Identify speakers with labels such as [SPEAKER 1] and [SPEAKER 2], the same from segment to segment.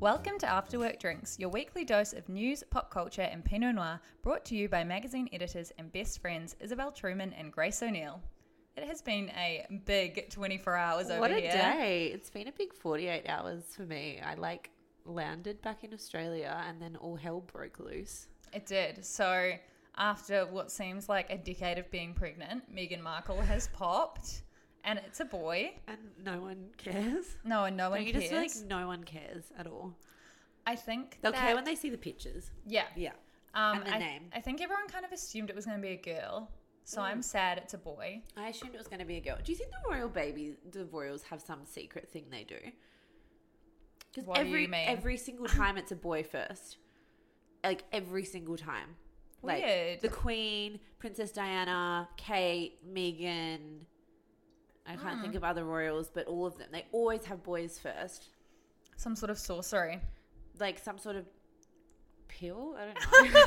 [SPEAKER 1] Welcome to After Work Drinks, your weekly dose of news, pop culture, and Pinot Noir, brought to you by magazine editors and best friends Isabel Truman and Grace O'Neill. It has been a big 24 hours over
[SPEAKER 2] what a
[SPEAKER 1] here.
[SPEAKER 2] day! It's been a big forty-eight hours for me. I like landed back in Australia, and then all hell broke loose.
[SPEAKER 1] It did. So, after what seems like a decade of being pregnant, Meghan Markle has popped, and it's a boy.
[SPEAKER 2] And no one cares.
[SPEAKER 1] No, and no
[SPEAKER 2] Don't
[SPEAKER 1] one
[SPEAKER 2] you
[SPEAKER 1] cares.
[SPEAKER 2] just feel like no one cares at all.
[SPEAKER 1] I think
[SPEAKER 2] They'll
[SPEAKER 1] that,
[SPEAKER 2] care when they see the pictures.
[SPEAKER 1] yeah
[SPEAKER 2] Yeah.
[SPEAKER 1] um
[SPEAKER 2] and the
[SPEAKER 1] I,
[SPEAKER 2] name. Hmm.
[SPEAKER 1] I think everyone kind of assumed it was going to be a girl, so I'm sad it's a boy.
[SPEAKER 2] I assumed it was going to be a girl. Do you think the royal baby, the royals have some secret thing they do? Because
[SPEAKER 1] What do you
[SPEAKER 2] every
[SPEAKER 1] mean?
[SPEAKER 2] every single time it's a boy first, like every single time. Like
[SPEAKER 1] Weird.
[SPEAKER 2] the Queen, Princess Diana, Kate, Megan. I can't
[SPEAKER 1] Mm.
[SPEAKER 2] think of other royals, but all of them they always have boys first,
[SPEAKER 1] Some sort of sorcery.
[SPEAKER 2] like some sort of pill. I don't know.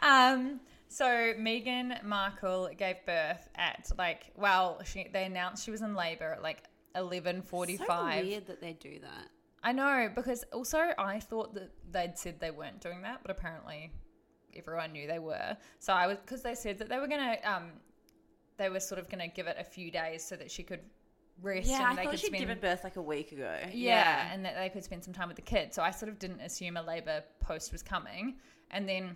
[SPEAKER 1] Um, so Meghan Markle gave birth at like well, she they announced she was in labor at like eleven forty
[SPEAKER 2] So
[SPEAKER 1] five.
[SPEAKER 2] weird that they do that.
[SPEAKER 1] I know because also I thought that they'd said they weren't doing that, but apparently everyone knew they were. So I was because they said that they were gonna um, they were sort of gonna give it a few days so that she could rest.
[SPEAKER 2] Yeah,
[SPEAKER 1] and
[SPEAKER 2] I
[SPEAKER 1] they
[SPEAKER 2] thought
[SPEAKER 1] could
[SPEAKER 2] she'd
[SPEAKER 1] spend,
[SPEAKER 2] given birth like a week ago.
[SPEAKER 1] yeah, and that they could spend some time with the kids. So I sort of didn't assume a Labour post was coming. And then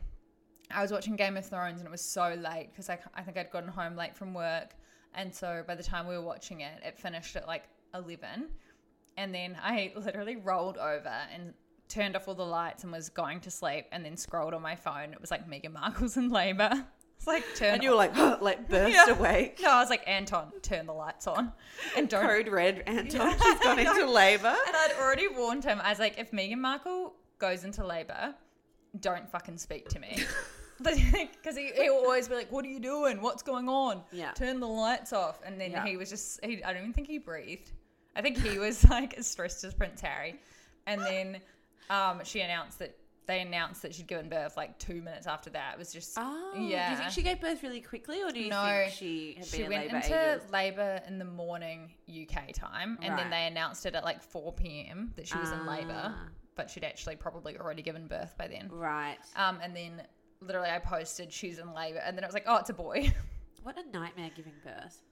[SPEAKER 1] I was watching Game of Thrones and it was so late because I, I think I'd gotten home late from work. And so by the time we were watching it, it finished at like 11. And then I literally rolled over and turned off all the lights and was going to sleep and then scrolled on my phone. It was like Meghan Markle's in labour. It's like turn
[SPEAKER 2] and you were like, like burst
[SPEAKER 1] Yeah.
[SPEAKER 2] awake.
[SPEAKER 1] No, I was like, Anton, turn the lights on. And don't
[SPEAKER 2] Code red, Anton. She's gone into labour.
[SPEAKER 1] And I'd already warned him. I was like, if Meghan Markle goes into labor, don't fucking speak to me. Because he, he'll always be like, what are you doing? What's going on?
[SPEAKER 2] Yeah.
[SPEAKER 1] Turn the lights off. And then
[SPEAKER 2] Yeah.
[SPEAKER 1] he was just, he, I don't even think he breathed. I think he was like as stressed as Prince Harry. And then um, she announced that, they announced that she'd given birth like two minutes after that. It was just,
[SPEAKER 2] Oh,
[SPEAKER 1] yeah.
[SPEAKER 2] Do you think she gave birth really quickly, or do you
[SPEAKER 1] No,
[SPEAKER 2] think she had
[SPEAKER 1] she
[SPEAKER 2] been
[SPEAKER 1] went
[SPEAKER 2] in labour
[SPEAKER 1] into
[SPEAKER 2] ages?
[SPEAKER 1] labour in the morning UK time, and then
[SPEAKER 2] Right.
[SPEAKER 1] they announced it at like 4 p.m. that she was in labour,
[SPEAKER 2] Ah.
[SPEAKER 1] but she'd actually probably already given birth by then.
[SPEAKER 2] Right.
[SPEAKER 1] Um, and then literally I posted she's in labour, and then it was like, oh, it's a boy.
[SPEAKER 2] What a nightmare giving birth.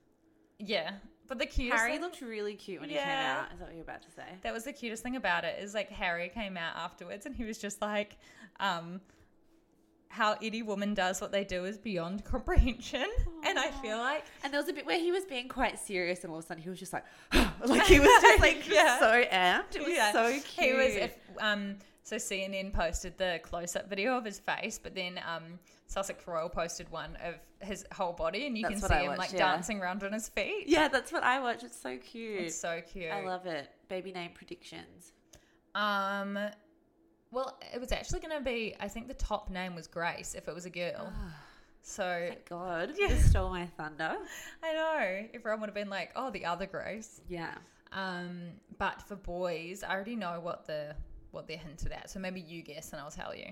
[SPEAKER 1] yeah, but the cutest
[SPEAKER 2] Harry
[SPEAKER 1] thing-
[SPEAKER 2] looked really cute when
[SPEAKER 1] Yeah.
[SPEAKER 2] he came out. Is that what you're about to say?
[SPEAKER 1] that was the cutest thing about it is like Harry came out afterwards, and he was just like, um. How any woman does what they do is beyond comprehension, and I feel like
[SPEAKER 2] And there was a bit where he was being quite serious, and all of a sudden he was just like, like he was just like
[SPEAKER 1] Yeah.
[SPEAKER 2] so amped. It was so cute.
[SPEAKER 1] He was if, um, So CNN posted the close-up video of his face, but then um, Sussex Royal posted one of his whole body, and you
[SPEAKER 2] That's
[SPEAKER 1] can
[SPEAKER 2] what
[SPEAKER 1] see
[SPEAKER 2] I
[SPEAKER 1] him
[SPEAKER 2] watched,
[SPEAKER 1] like
[SPEAKER 2] yeah.
[SPEAKER 1] dancing around on his feet.
[SPEAKER 2] Yeah, that's what I watch. It's so cute.
[SPEAKER 1] It's so cute.
[SPEAKER 2] I love it. Baby name predictions.
[SPEAKER 1] Um, well, it was actually going to be. I think the top name was Grace if it was a girl. so
[SPEAKER 2] Thank God. You stole my thunder.
[SPEAKER 1] I know everyone would have been like, "Oh, the other Grace."
[SPEAKER 2] Yeah.
[SPEAKER 1] Um, but for boys, I already know what the what they're hinted at. So maybe you guess and I'll tell you.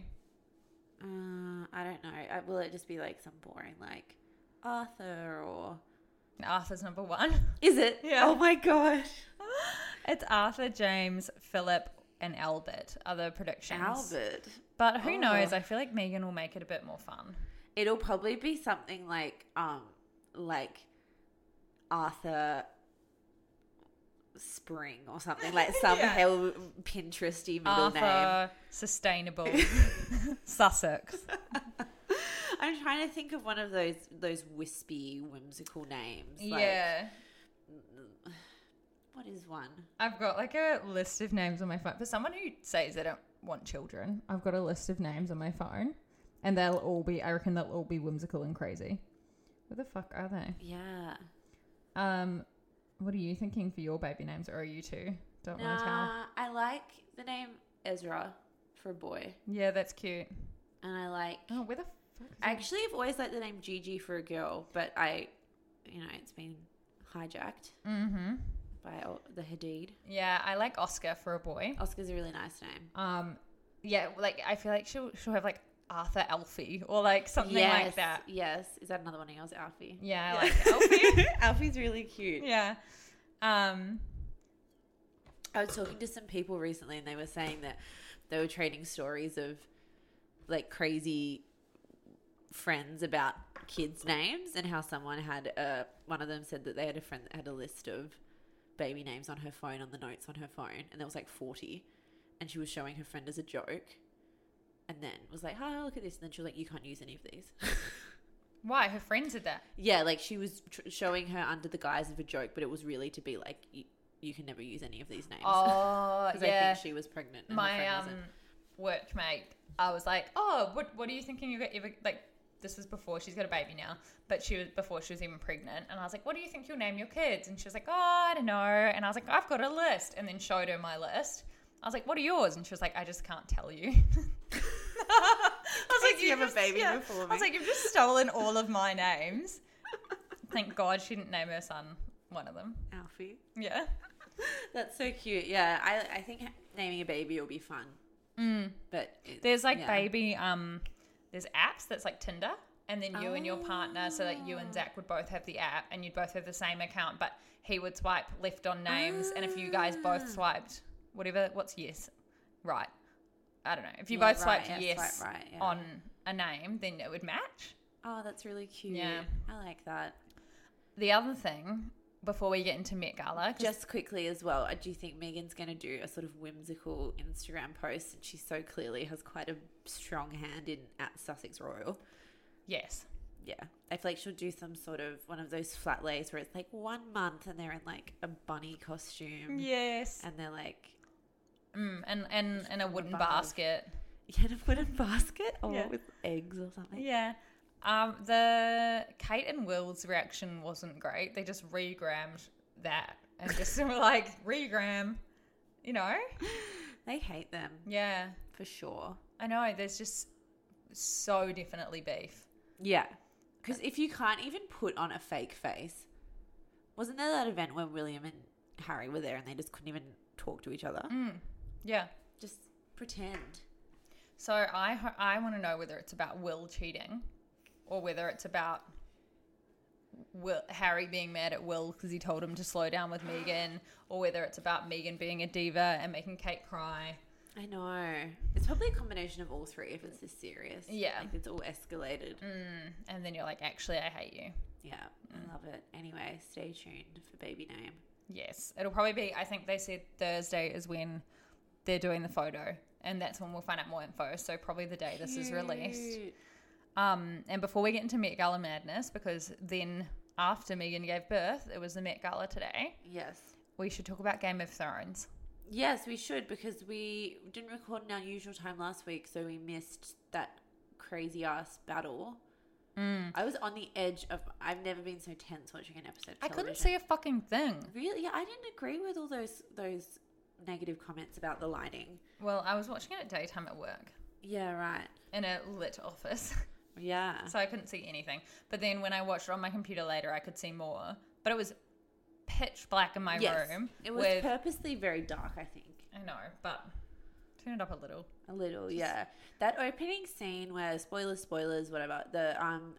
[SPEAKER 2] Uh, I don't know. I, will it just be like some boring like Arthur or
[SPEAKER 1] Arthur's number one.
[SPEAKER 2] is it?
[SPEAKER 1] Yeah.
[SPEAKER 2] Oh my gosh.
[SPEAKER 1] it's Arthur, James, Philip, and Albert. Other predictions.
[SPEAKER 2] Albert.
[SPEAKER 1] But who
[SPEAKER 2] Oh.
[SPEAKER 1] knows? I feel like Megan will make it a bit more fun.
[SPEAKER 2] It'll probably be something like um like Arthur Spring or something like some
[SPEAKER 1] Yeah.
[SPEAKER 2] hell Pinteresty middle name.
[SPEAKER 1] Arthur, sustainable, Sussex.
[SPEAKER 2] I'm trying to think of one of those those wispy, whimsical names. Like,
[SPEAKER 1] yeah.
[SPEAKER 2] What is one?
[SPEAKER 1] I've got like a list of names on my phone. For someone who says they don't want children, I've got a list of names on my phone. And they'll all be, I reckon they'll all be whimsical and crazy. Where the fuck are they?
[SPEAKER 2] Yeah.
[SPEAKER 1] Um, what are you thinking for your baby names? Or are you two? Don't want to tell.
[SPEAKER 2] Nah, I like the name Ezra for a boy,
[SPEAKER 1] Yeah, that's cute.
[SPEAKER 2] and I like.
[SPEAKER 1] Oh, where the fuck? is it?
[SPEAKER 2] Actually, I've always liked the name Gigi for a girl, but I, you know, it's been hijacked
[SPEAKER 1] Mhm.
[SPEAKER 2] by all- the Hadid.
[SPEAKER 1] Yeah, I like Oscar for a boy.
[SPEAKER 2] Oscar's a really nice name.
[SPEAKER 1] Um, yeah, like I feel like she'll she'll have like Arthur Alfie or like something like that.
[SPEAKER 2] Yes. Is that another one of yours, Alfie?
[SPEAKER 1] Yeah, I like Alfie.
[SPEAKER 2] Alfie's really cute.
[SPEAKER 1] yeah. Um,
[SPEAKER 2] I was talking to some people recently, and they were saying that they were trading stories of like crazy friends about kids' names, and how someone had a one of them said that they had a friend that had a list of baby names on her phone on the notes on her phone, and there was like forty, and she was showing her friend as a joke, and then was like, "Hi, look at this," and then she was like, "You can't use any of these."
[SPEAKER 1] why her friends did that?
[SPEAKER 2] yeah, like she was tr- showing her under the guise of a joke, but it was really to be like. You, you can never use any of these names.
[SPEAKER 1] Oh,
[SPEAKER 2] Because I
[SPEAKER 1] yeah.
[SPEAKER 2] think she was pregnant. And my
[SPEAKER 1] My um,
[SPEAKER 2] wasn't.
[SPEAKER 1] workmate, I was like, oh, what what are you thinking you're ever like? This was before she's got a baby now, but she was before she was even pregnant. And I was like, what do you think you'll name your kids? And she was like, oh, I don't know. And I was like, I've got a list. And then showed her my list. I was like, what are yours? And she was like, I just can't tell you. I was
[SPEAKER 2] case you have a
[SPEAKER 1] just-
[SPEAKER 2] baby
[SPEAKER 1] I
[SPEAKER 2] before
[SPEAKER 1] was
[SPEAKER 2] me.
[SPEAKER 1] like, you've just stolen all of my names. Thank God she didn't name her son one of them.
[SPEAKER 2] Alfie.
[SPEAKER 1] Yeah.
[SPEAKER 2] That's so cute. Yeah, I I think naming a baby will be fun. Mm. But it-
[SPEAKER 1] There's like
[SPEAKER 2] yeah.
[SPEAKER 1] baby um there's apps that's like Tinder and then you and your partner so that you and Zach would both have the app and you'd both have the same account but he would swipe left on names and if you guys
[SPEAKER 2] Ah.
[SPEAKER 1] both swiped whatever what's yes right I don't know if you
[SPEAKER 2] Yeah,
[SPEAKER 1] both
[SPEAKER 2] right,
[SPEAKER 1] swiped
[SPEAKER 2] yeah,
[SPEAKER 1] yes
[SPEAKER 2] swipe right, yeah.
[SPEAKER 1] on a name then it would match
[SPEAKER 2] Oh, that's really cute.
[SPEAKER 1] Yeah.
[SPEAKER 2] I like that.
[SPEAKER 1] the other thing before we get into Met Gala 'cause
[SPEAKER 2] Just quickly as well, I do think Megan's going to do a sort of whimsical Instagram post, and she so clearly has quite a strong hand in at Sussex Royal.
[SPEAKER 1] yes
[SPEAKER 2] Yeah, I feel like she'll do some sort of one of those flat lays where it's like one month and they're in like a bunny costume,
[SPEAKER 1] yes
[SPEAKER 2] and they're like
[SPEAKER 1] mm, and and and a wooden
[SPEAKER 2] Above.
[SPEAKER 1] basket
[SPEAKER 2] you had a wooden basket or
[SPEAKER 1] Yeah.
[SPEAKER 2] with eggs or something.
[SPEAKER 1] Yeah. Um, the Kate and Will's reaction wasn't great. They just regrammed that and just were like, regram, you know?
[SPEAKER 2] They hate them
[SPEAKER 1] Yeah.
[SPEAKER 2] for sure.
[SPEAKER 1] I know. There's just so definitely beef.
[SPEAKER 2] Yeah. Because if you can't even put on a fake face, wasn't there that event where William and Harry were there and they just couldn't even talk to each other?
[SPEAKER 1] Mm. Yeah.
[SPEAKER 2] Just pretend.
[SPEAKER 1] So I, ho- I want to know whether it's about Will cheating or whether it's about Will, Harry being mad at Will because he told him to slow down with Megan or whether it's about Megan being a diva and making Kate cry.
[SPEAKER 2] I know. It's probably a combination of all three if it's this serious.
[SPEAKER 1] Yeah. Mm.
[SPEAKER 2] Like it's all escalated.
[SPEAKER 1] And then you're like, actually, I hate you.
[SPEAKER 2] Yeah.
[SPEAKER 1] Mm.
[SPEAKER 2] I love it. Anyway, stay tuned for baby name.
[SPEAKER 1] Yes, it'll probably be. I think they said Thursday is when they're doing the photo, and that's when we'll find out more info. So probably the day this is released.
[SPEAKER 2] Cute.
[SPEAKER 1] Um, and before we get into Met Gala madness, because then after Megan gave birth, it was the Met Gala today.
[SPEAKER 2] Yes.
[SPEAKER 1] We should talk about Game of Thrones.
[SPEAKER 2] Yes, we should because we didn't record in our usual time last week, so we missed that crazy ass battle.
[SPEAKER 1] Mm.
[SPEAKER 2] I was on the edge of. I've never been so tense watching an episode. Of
[SPEAKER 1] I couldn't
[SPEAKER 2] television.
[SPEAKER 1] see a fucking thing.
[SPEAKER 2] Really, yeah, I didn't agree with all those those negative comments about the lighting.
[SPEAKER 1] Well, I was watching it at daytime at work
[SPEAKER 2] Yeah, right.
[SPEAKER 1] in a lit office,
[SPEAKER 2] Yeah,
[SPEAKER 1] so I couldn't see anything. But then when I watched it on my computer later, I could see more. But it was pitch black in my
[SPEAKER 2] Yes.
[SPEAKER 1] room.
[SPEAKER 2] It was
[SPEAKER 1] with-
[SPEAKER 2] purposely very dark. I think
[SPEAKER 1] I know, but turn it up a little.
[SPEAKER 2] a little. yeah, that opening scene where spoilers, spoilers, whatever. The um,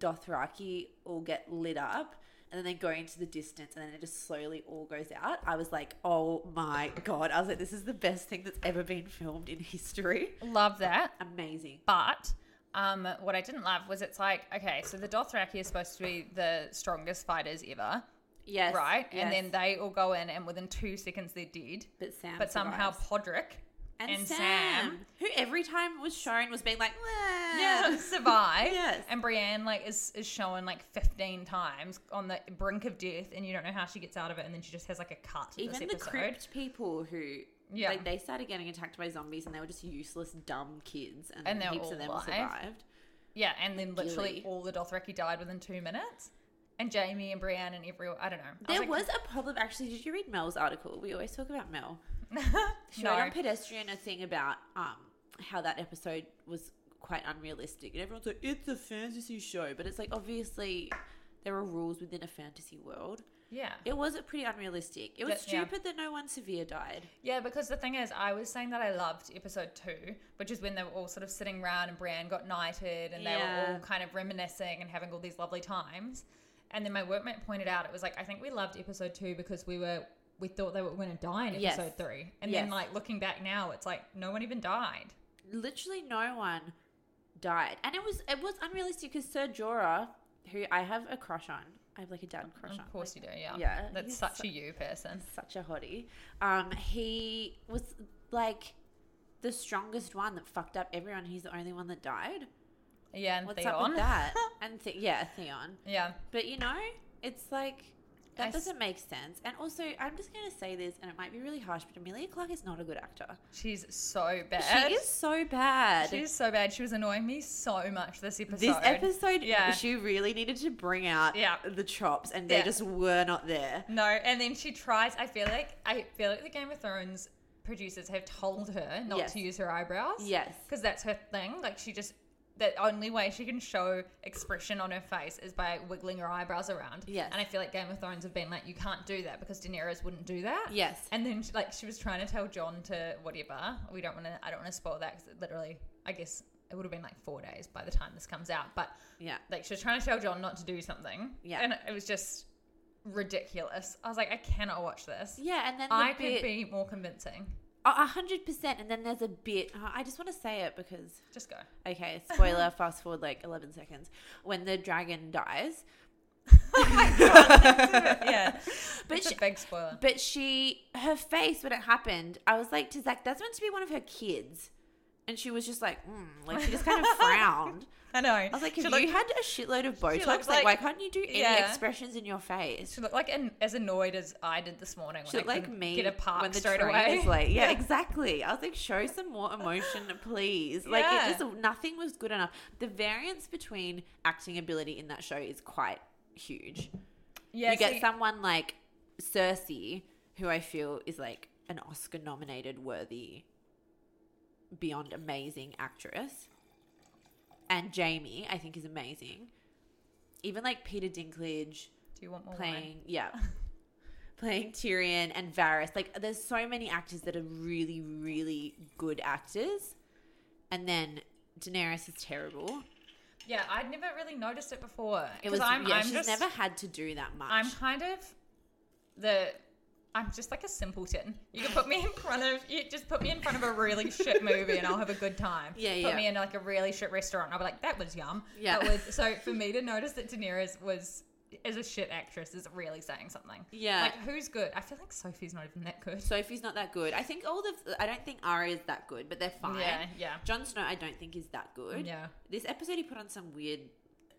[SPEAKER 2] Dothraki all get lit up. And then they go into the distance, and then it just slowly all goes out. I was like, "Oh my god!" I was like, "This is the best thing that's ever been filmed in history."
[SPEAKER 1] Love that.
[SPEAKER 2] Amazing.
[SPEAKER 1] But um, what I didn't love was it's like, okay, so the Dothraki are supposed to be the strongest fighters ever,
[SPEAKER 2] Yes.
[SPEAKER 1] right? And
[SPEAKER 2] yes.
[SPEAKER 1] then they all go in, and within two seconds they're dead.
[SPEAKER 2] But Sam
[SPEAKER 1] but somehow
[SPEAKER 2] survives.
[SPEAKER 1] Podrick
[SPEAKER 2] and, Sam, who every time was shown was being like, "Wah."
[SPEAKER 1] yeah, survive.
[SPEAKER 2] Yes.
[SPEAKER 1] And Brienne like is is shown like fifteen times on the brink of death, and you don't know how she gets out of it, and then she just has like a cut. this
[SPEAKER 2] Even the
[SPEAKER 1] episode.
[SPEAKER 2] crypt people who,
[SPEAKER 1] Yeah.
[SPEAKER 2] like, they started getting attacked by zombies and they were just useless, dumb kids, and,
[SPEAKER 1] And
[SPEAKER 2] then
[SPEAKER 1] they're
[SPEAKER 2] heaps of them
[SPEAKER 1] all alive.
[SPEAKER 2] survived.
[SPEAKER 1] Yeah, and then literally
[SPEAKER 2] Gilly.
[SPEAKER 1] all the Dothraki died within two minutes, and Jamie and Brienne and everyone. I don't know. I
[SPEAKER 2] There was,
[SPEAKER 1] like,
[SPEAKER 2] a problem. Actually, did you read Mel's article? We always talk about Mel. She wrote on Pedestrian a thing about um, how that episode was quite unrealistic, and everyone's like, "It's a fantasy show," but it's like obviously there are rules within a fantasy world.
[SPEAKER 1] yeah.
[SPEAKER 2] It was pretty unrealistic. It was
[SPEAKER 1] That- yeah.
[SPEAKER 2] stupid that no one severe died.
[SPEAKER 1] Yeah, because the thing is, I was saying that I loved episode two, which is when they were all sort of sitting around and Brienne got knighted and they were
[SPEAKER 2] Yeah.
[SPEAKER 1] all kind of reminiscing and having all these lovely times. And then my workmate pointed out, it was like, I think we loved episode two because we were, we thought they were going to die in
[SPEAKER 2] Yes.
[SPEAKER 1] episode three. And then,
[SPEAKER 2] Yes.
[SPEAKER 1] like, looking back now, it's like, no one even died.
[SPEAKER 2] Literally, no one died, and it was it was unrealistic because Sir Jorah, who I have a crush on, I have like a dad crush on.
[SPEAKER 1] Of course you do, yeah.
[SPEAKER 2] Yeah,
[SPEAKER 1] That's
[SPEAKER 2] he's
[SPEAKER 1] such
[SPEAKER 2] su-
[SPEAKER 1] a you person.
[SPEAKER 2] such a hottie. Um, he was like the strongest one that fucked up everyone. He's the only one that died.
[SPEAKER 1] Yeah, and
[SPEAKER 2] What's
[SPEAKER 1] Theon.
[SPEAKER 2] up with that? and Th- yeah, Theon.
[SPEAKER 1] yeah.
[SPEAKER 2] But you know, it's like that
[SPEAKER 1] I s-
[SPEAKER 2] doesn't make sense. And also, I'm just gonna say this, and it might be really harsh, but Amelia Clark is not a good actor.
[SPEAKER 1] She's so bad.
[SPEAKER 2] She is so bad.
[SPEAKER 1] She is so bad. She was annoying me so much this episode.
[SPEAKER 2] this episode,
[SPEAKER 1] Yeah.
[SPEAKER 2] she really needed to bring out
[SPEAKER 1] Yeah.
[SPEAKER 2] the chops, and they
[SPEAKER 1] Yeah.
[SPEAKER 2] just were not there.
[SPEAKER 1] No, and then she tries. I feel like I feel like the Game of Thrones producers have told her not
[SPEAKER 2] Yes.
[SPEAKER 1] to use her eyebrows.
[SPEAKER 2] Yes.
[SPEAKER 1] because that's her thing. Like she just the only way she can show expression on her face is by wiggling her eyebrows around.
[SPEAKER 2] Yes.
[SPEAKER 1] and I feel like Game of Thrones have been like, you can't do that because Daenerys wouldn't do that.
[SPEAKER 2] Yes.
[SPEAKER 1] and then like she was trying to tell John to whatever. We don't want to. I don't want to spoil that because literally, I guess it would have been like four days by the time this comes out. But
[SPEAKER 2] Yeah.
[SPEAKER 1] like she was trying to tell John not to do something.
[SPEAKER 2] Yeah.
[SPEAKER 1] And it was just ridiculous. I was like, I cannot watch this.
[SPEAKER 2] Yeah, and then the
[SPEAKER 1] I could
[SPEAKER 2] bit-
[SPEAKER 1] be more convincing.
[SPEAKER 2] A a hundred percent. And then there's a bit. uh, I just want to say it because
[SPEAKER 1] Just go.
[SPEAKER 2] okay, spoiler. fast forward like eleven seconds when the dragon dies.
[SPEAKER 1] Yeah.
[SPEAKER 2] But
[SPEAKER 1] it's
[SPEAKER 2] she-
[SPEAKER 1] a big spoiler.
[SPEAKER 2] But she, her face when it happened, I was like to Zach, that's meant to be one of her kids, and she was just like, mm, like she just kind of frowned.
[SPEAKER 1] I know.
[SPEAKER 2] I was like,
[SPEAKER 1] she
[SPEAKER 2] if
[SPEAKER 1] looked,
[SPEAKER 2] you had a shitload of Botox,
[SPEAKER 1] looked like-
[SPEAKER 2] like, why can't you do any
[SPEAKER 1] Yeah.
[SPEAKER 2] expressions in your face?
[SPEAKER 1] she looked like an, as annoyed as I did this morning.
[SPEAKER 2] She
[SPEAKER 1] when
[SPEAKER 2] looked
[SPEAKER 1] I
[SPEAKER 2] like
[SPEAKER 1] couldn't
[SPEAKER 2] me
[SPEAKER 1] Get a park
[SPEAKER 2] when the
[SPEAKER 1] straight
[SPEAKER 2] train
[SPEAKER 1] away.
[SPEAKER 2] was late. Yeah, exactly. I was like, show some more emotion, please. Like,
[SPEAKER 1] Yeah.
[SPEAKER 2] it just nothing was good enough. The variance between acting ability in that show is quite huge.
[SPEAKER 1] Yeah,
[SPEAKER 2] you get
[SPEAKER 1] see-
[SPEAKER 2] someone like Cersei, who I feel is like an Oscar-nominated, worthy, beyond amazing actress, and Jamie, I think, is amazing. Even like Peter Dinklage
[SPEAKER 1] Do you want more
[SPEAKER 2] playing
[SPEAKER 1] wine?
[SPEAKER 2] yeah playing Tyrion and Varys like there's so many actors that are really really good actors and then Daenerys is terrible
[SPEAKER 1] Yeah, I'd never really noticed it before.
[SPEAKER 2] it
[SPEAKER 1] 'Cause
[SPEAKER 2] was
[SPEAKER 1] I'm,
[SPEAKER 2] yeah
[SPEAKER 1] I'm
[SPEAKER 2] she's
[SPEAKER 1] just,
[SPEAKER 2] never had to do that much
[SPEAKER 1] I'm kind of the. I'm just like a simpleton. You can put me in front of you just put me in front of a really shit movie and I'll have a good time.
[SPEAKER 2] Yeah,
[SPEAKER 1] put
[SPEAKER 2] yeah.
[SPEAKER 1] Put me in like a really shit restaurant and I'll be like, that was yum.
[SPEAKER 2] Yeah.
[SPEAKER 1] But with, so for me to notice that Daenerys was is a shit actress is really saying something.
[SPEAKER 2] Yeah.
[SPEAKER 1] Like who's good? I feel like Sophie's not even that good.
[SPEAKER 2] Sophie's not that good I think all the I don't think Arya is that good but they're fine
[SPEAKER 1] Yeah, yeah.
[SPEAKER 2] Jon Snow I don't think is that good
[SPEAKER 1] Yeah.
[SPEAKER 2] this episode he put on some weird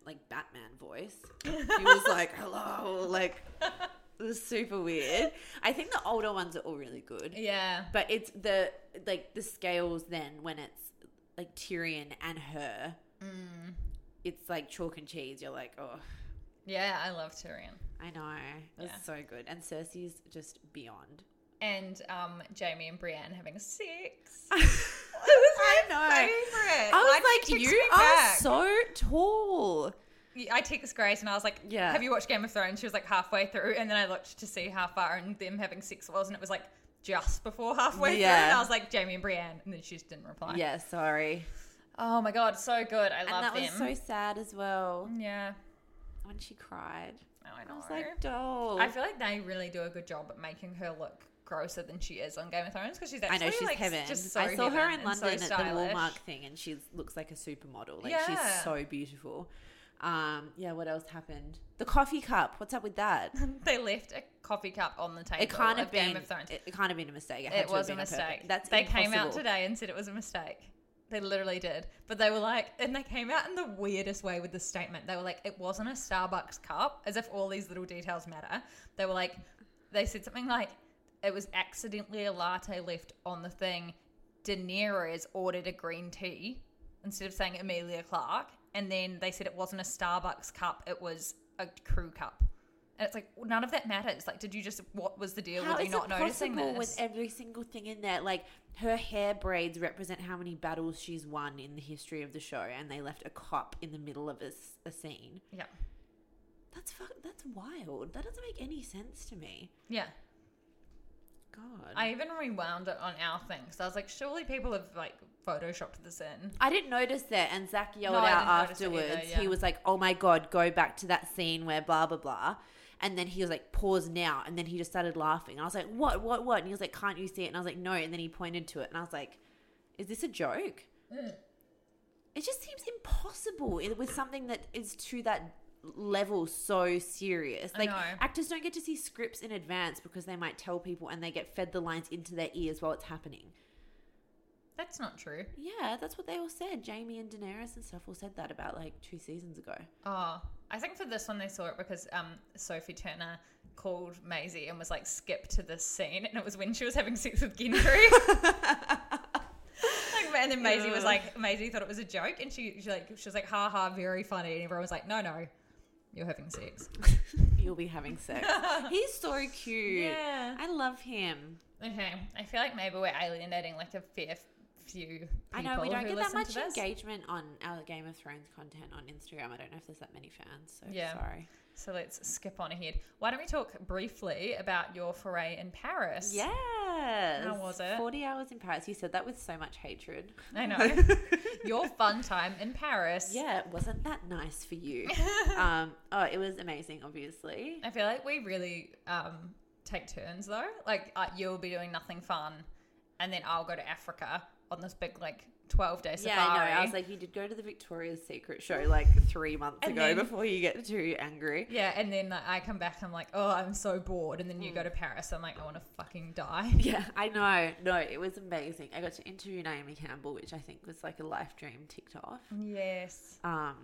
[SPEAKER 2] like Batman voice he was like hello like It was super weird. I think the older ones are all really good.
[SPEAKER 1] Yeah.
[SPEAKER 2] But it's the like the scales then when it's like Tyrion and her.
[SPEAKER 1] Mm.
[SPEAKER 2] It's like chalk and cheese. You're like, oh,
[SPEAKER 1] Yeah, I love Tyrion.
[SPEAKER 2] I know. It's so good. And Cersei's just beyond.
[SPEAKER 1] And um, Jamie and Brienne having sex.
[SPEAKER 2] I know.
[SPEAKER 1] favourite. Like,
[SPEAKER 2] I was
[SPEAKER 1] she
[SPEAKER 2] like,
[SPEAKER 1] takes
[SPEAKER 2] you
[SPEAKER 1] me
[SPEAKER 2] are
[SPEAKER 1] back."
[SPEAKER 2] so tall.
[SPEAKER 1] I text Grace and I was like,
[SPEAKER 2] Yeah.
[SPEAKER 1] have you watched Game of Thrones? She was like halfway through. And then I looked to see how far and them having sex was. And it was like just before halfway through.
[SPEAKER 2] Yeah.
[SPEAKER 1] And I was like, Jamie and Brienne. And then she just didn't reply.
[SPEAKER 2] Yeah, sorry.
[SPEAKER 1] Oh my God. So good. I
[SPEAKER 2] and
[SPEAKER 1] love
[SPEAKER 2] that
[SPEAKER 1] them.
[SPEAKER 2] was so sad as well
[SPEAKER 1] yeah.
[SPEAKER 2] when she cried.
[SPEAKER 1] Oh, I know.
[SPEAKER 2] I was like, doll.
[SPEAKER 1] I feel like they really do a good job at making her look grosser than she is on Game of Thrones because she's
[SPEAKER 2] I
[SPEAKER 1] actually
[SPEAKER 2] know she's
[SPEAKER 1] like
[SPEAKER 2] heaven.
[SPEAKER 1] just so
[SPEAKER 2] I saw her
[SPEAKER 1] heaven
[SPEAKER 2] in
[SPEAKER 1] and so
[SPEAKER 2] London at the
[SPEAKER 1] stylish.
[SPEAKER 2] Walmart thing, and she looks like a supermodel. Like
[SPEAKER 1] Yeah.
[SPEAKER 2] she's so beautiful. Um, yeah. What else happened? The coffee cup. What's up with that?
[SPEAKER 1] They left a coffee cup on the table.
[SPEAKER 2] It can't have
[SPEAKER 1] of
[SPEAKER 2] been.
[SPEAKER 1] Game of Thrones.
[SPEAKER 2] It, it can't have been a mistake. It, had
[SPEAKER 1] It
[SPEAKER 2] to have
[SPEAKER 1] was a
[SPEAKER 2] been purpose.
[SPEAKER 1] mistake.
[SPEAKER 2] That's
[SPEAKER 1] they came out
[SPEAKER 2] impossible.
[SPEAKER 1] today and said it was a mistake. They literally did. But they were like, and they came out in the weirdest way with the statement. They were like, it wasn't a Starbucks cup, as if all these little details matter. They were like, they said something like, it was accidentally a latte left on the thing. Daenerys ordered a green tea instead of saying Amelia Clark. And then they said it wasn't a Starbucks cup, it was a crew cup. And it's like, well, none of that matters. Like, did you just, what was the deal
[SPEAKER 2] How
[SPEAKER 1] with
[SPEAKER 2] is
[SPEAKER 1] you not
[SPEAKER 2] it
[SPEAKER 1] noticing
[SPEAKER 2] possible
[SPEAKER 1] this?
[SPEAKER 2] with every single thing in there? Like her hair braids represent how many battles she's won in the history of the show, and they left a cop in the middle of a, s- a scene.
[SPEAKER 1] yeah.
[SPEAKER 2] That's fuck. That's wild. That doesn't make any sense to me.
[SPEAKER 1] Yeah.
[SPEAKER 2] God,
[SPEAKER 1] I even rewound it on our thing. So I was like, surely people have like photoshopped this in.
[SPEAKER 2] I didn't notice that, and Zach yelled
[SPEAKER 1] No, I
[SPEAKER 2] out
[SPEAKER 1] didn't
[SPEAKER 2] afterwards.
[SPEAKER 1] notice it either, yeah.
[SPEAKER 2] He was like, "Oh my god, go back to that scene where blah blah blah," and then he was like, "Pause now," and then he just started laughing. I was like, "What? What? What?" And he was like, "Can't you see it?" And I was like, "No," and then he pointed to it, and I was like, "Is this a joke?" Mm. It just seems impossible i- with something that is to that level so serious.
[SPEAKER 1] I
[SPEAKER 2] Like
[SPEAKER 1] know.
[SPEAKER 2] actors don't get to see scripts in advance because they might tell people and they get fed the lines into their ears while it's happening.
[SPEAKER 1] That's not true.
[SPEAKER 2] Yeah, that's what they all said. Jamie and Daenerys and stuff all said that about like two seasons ago.
[SPEAKER 1] Oh, I think for this one they saw it because um, Sophie Turner called Maisie and was like, skip to this scene. And it was when she was having sex with Gendry. Like, and then Maisie was like, Maisie thought it was a joke. And she, she like, she was like, ha ha, very funny. And everyone was like, no, no, you're having sex.
[SPEAKER 2] You'll be having sex. He's so cute.
[SPEAKER 1] Yeah.
[SPEAKER 2] I love him.
[SPEAKER 1] Okay. I feel like maybe we're alienating like a fair f- few people.
[SPEAKER 2] I know we don't
[SPEAKER 1] who
[SPEAKER 2] get that
[SPEAKER 1] listen to
[SPEAKER 2] much
[SPEAKER 1] this.
[SPEAKER 2] engagement on our Game of Thrones content on Instagram. I don't know if there's that many fans. So
[SPEAKER 1] Yeah.
[SPEAKER 2] sorry.
[SPEAKER 1] So let's skip on ahead. Why don't we talk briefly about your foray in Paris?
[SPEAKER 2] Yes.
[SPEAKER 1] How was it?
[SPEAKER 2] 40 hours in Paris. You said that with so much hatred.
[SPEAKER 1] I know. your fun time in Paris.
[SPEAKER 2] Yeah, wasn't that nice for you? um, oh, it was amazing, obviously.
[SPEAKER 1] I feel like we really um, take turns though. Like uh, you'll be doing nothing fun, and then I'll go to Africa on this big like twelve day safari.
[SPEAKER 2] Yeah, I know. I was like, you did go to the Victoria's Secret show like three months
[SPEAKER 1] And
[SPEAKER 2] ago
[SPEAKER 1] then-
[SPEAKER 2] before you get too angry.
[SPEAKER 1] Yeah, and then like, I come back. I'm like, oh, I'm so bored. And then you go to Paris. I'm like, I want to fucking die.
[SPEAKER 2] Mm. Yeah, I know. No, it was amazing. I got to interview Naomi Campbell, which I think was like a life dream ticked off.
[SPEAKER 1] Yes.
[SPEAKER 2] Um,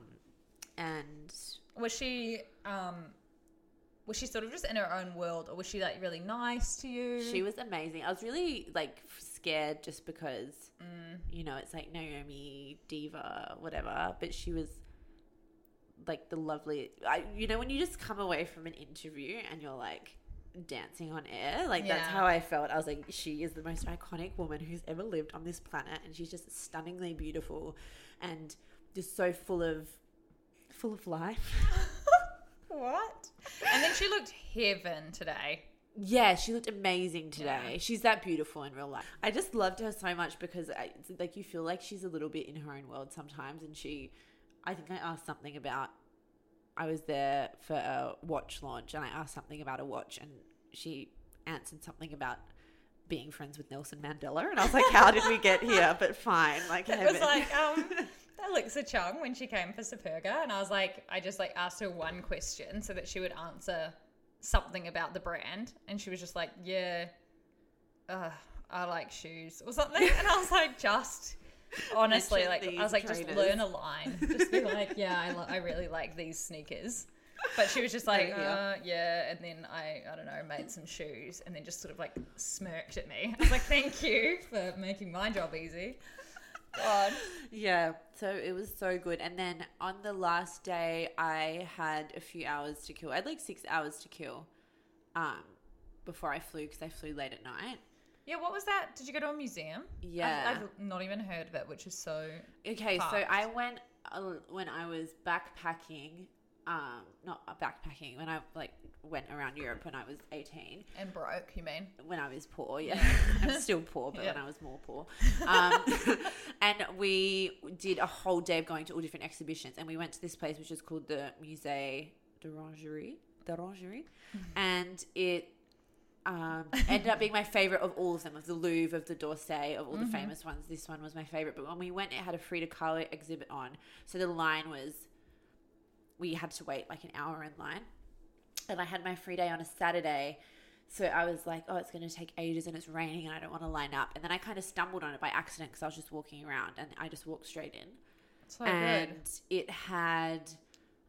[SPEAKER 2] and
[SPEAKER 1] Was she um, was she sort of just in her own world, or was she like really nice to you?
[SPEAKER 2] she was amazing. I was really like scared just because, you know, it's like Naomi, diva, whatever. But she was like the lovely. I, you know, when you just come away from an interview and you're like dancing on air, like that's
[SPEAKER 1] Yeah.
[SPEAKER 2] how I felt. I was like, she is the most iconic woman who's ever lived on this planet, and she's just stunningly beautiful, and just so full of full of life.
[SPEAKER 1] What? And then she looked heaven today.
[SPEAKER 2] Yeah, she looked amazing today. She's that beautiful in real life. I just loved her so much because I, it's like you feel like she's a little bit in her own world sometimes and she I think I asked something about I was there for a watch launch and I asked something about a watch and she answered something about being friends with Nelson Mandela and I was like how did we get here but fine like
[SPEAKER 1] It
[SPEAKER 2] heaven.
[SPEAKER 1] was like um, Alexa Chung when she came for Superga, and I was like, I just like asked her one question so that she would answer something about the brand, and she was just like, yeah, uh, I like shoes or something, and I was like, just. Honestly,
[SPEAKER 2] Mention
[SPEAKER 1] like
[SPEAKER 2] these
[SPEAKER 1] I was like, just
[SPEAKER 2] trainers.
[SPEAKER 1] learn a line. Just be like, yeah, I, lo- I really like these sneakers. But she was just like,
[SPEAKER 2] Yeah.
[SPEAKER 1] uh, yeah. And then I, I don't know, made some shoes and then just sort of like smirked at me. I was like, thank you for making my job easy. God.
[SPEAKER 2] Yeah, so it was so good. And then on the last day, I had a few hours to kill. I had like six hours to kill um, before I flew because I flew late at night.
[SPEAKER 1] Yeah, what was that? Did you go to a museum?
[SPEAKER 2] Yeah.
[SPEAKER 1] I've, I've not even heard of it, which is so.
[SPEAKER 2] Okay, so
[SPEAKER 1] Fucked.
[SPEAKER 2] I went uh, when I was backpacking, um, not backpacking, when I like went around Europe when I was 18.
[SPEAKER 1] And broke, you mean?
[SPEAKER 2] when I was poor, yeah. I'm still poor, but when
[SPEAKER 1] Yeah.
[SPEAKER 2] I was more poor. Um, and we did a whole day of going to all different exhibitions. And we went to this place, which is called the Musée d'Orangerie. D'Orangerie. And it um, ended up being my favorite of all of them, of the Louvre, of the d'Orsay, of all the famous ones. This one was my favorite. But when we went, it had a Frida Kahlo exhibit on. So the line was, we had to wait like an hour in line. And I had my free day on a Saturday. So I was like, oh, it's going to take ages and it's raining and I don't want to line up. And then I kind of stumbled on it by accident because I was just walking around and I just walked straight in.
[SPEAKER 1] So Oh,
[SPEAKER 2] and
[SPEAKER 1] good.
[SPEAKER 2] it had,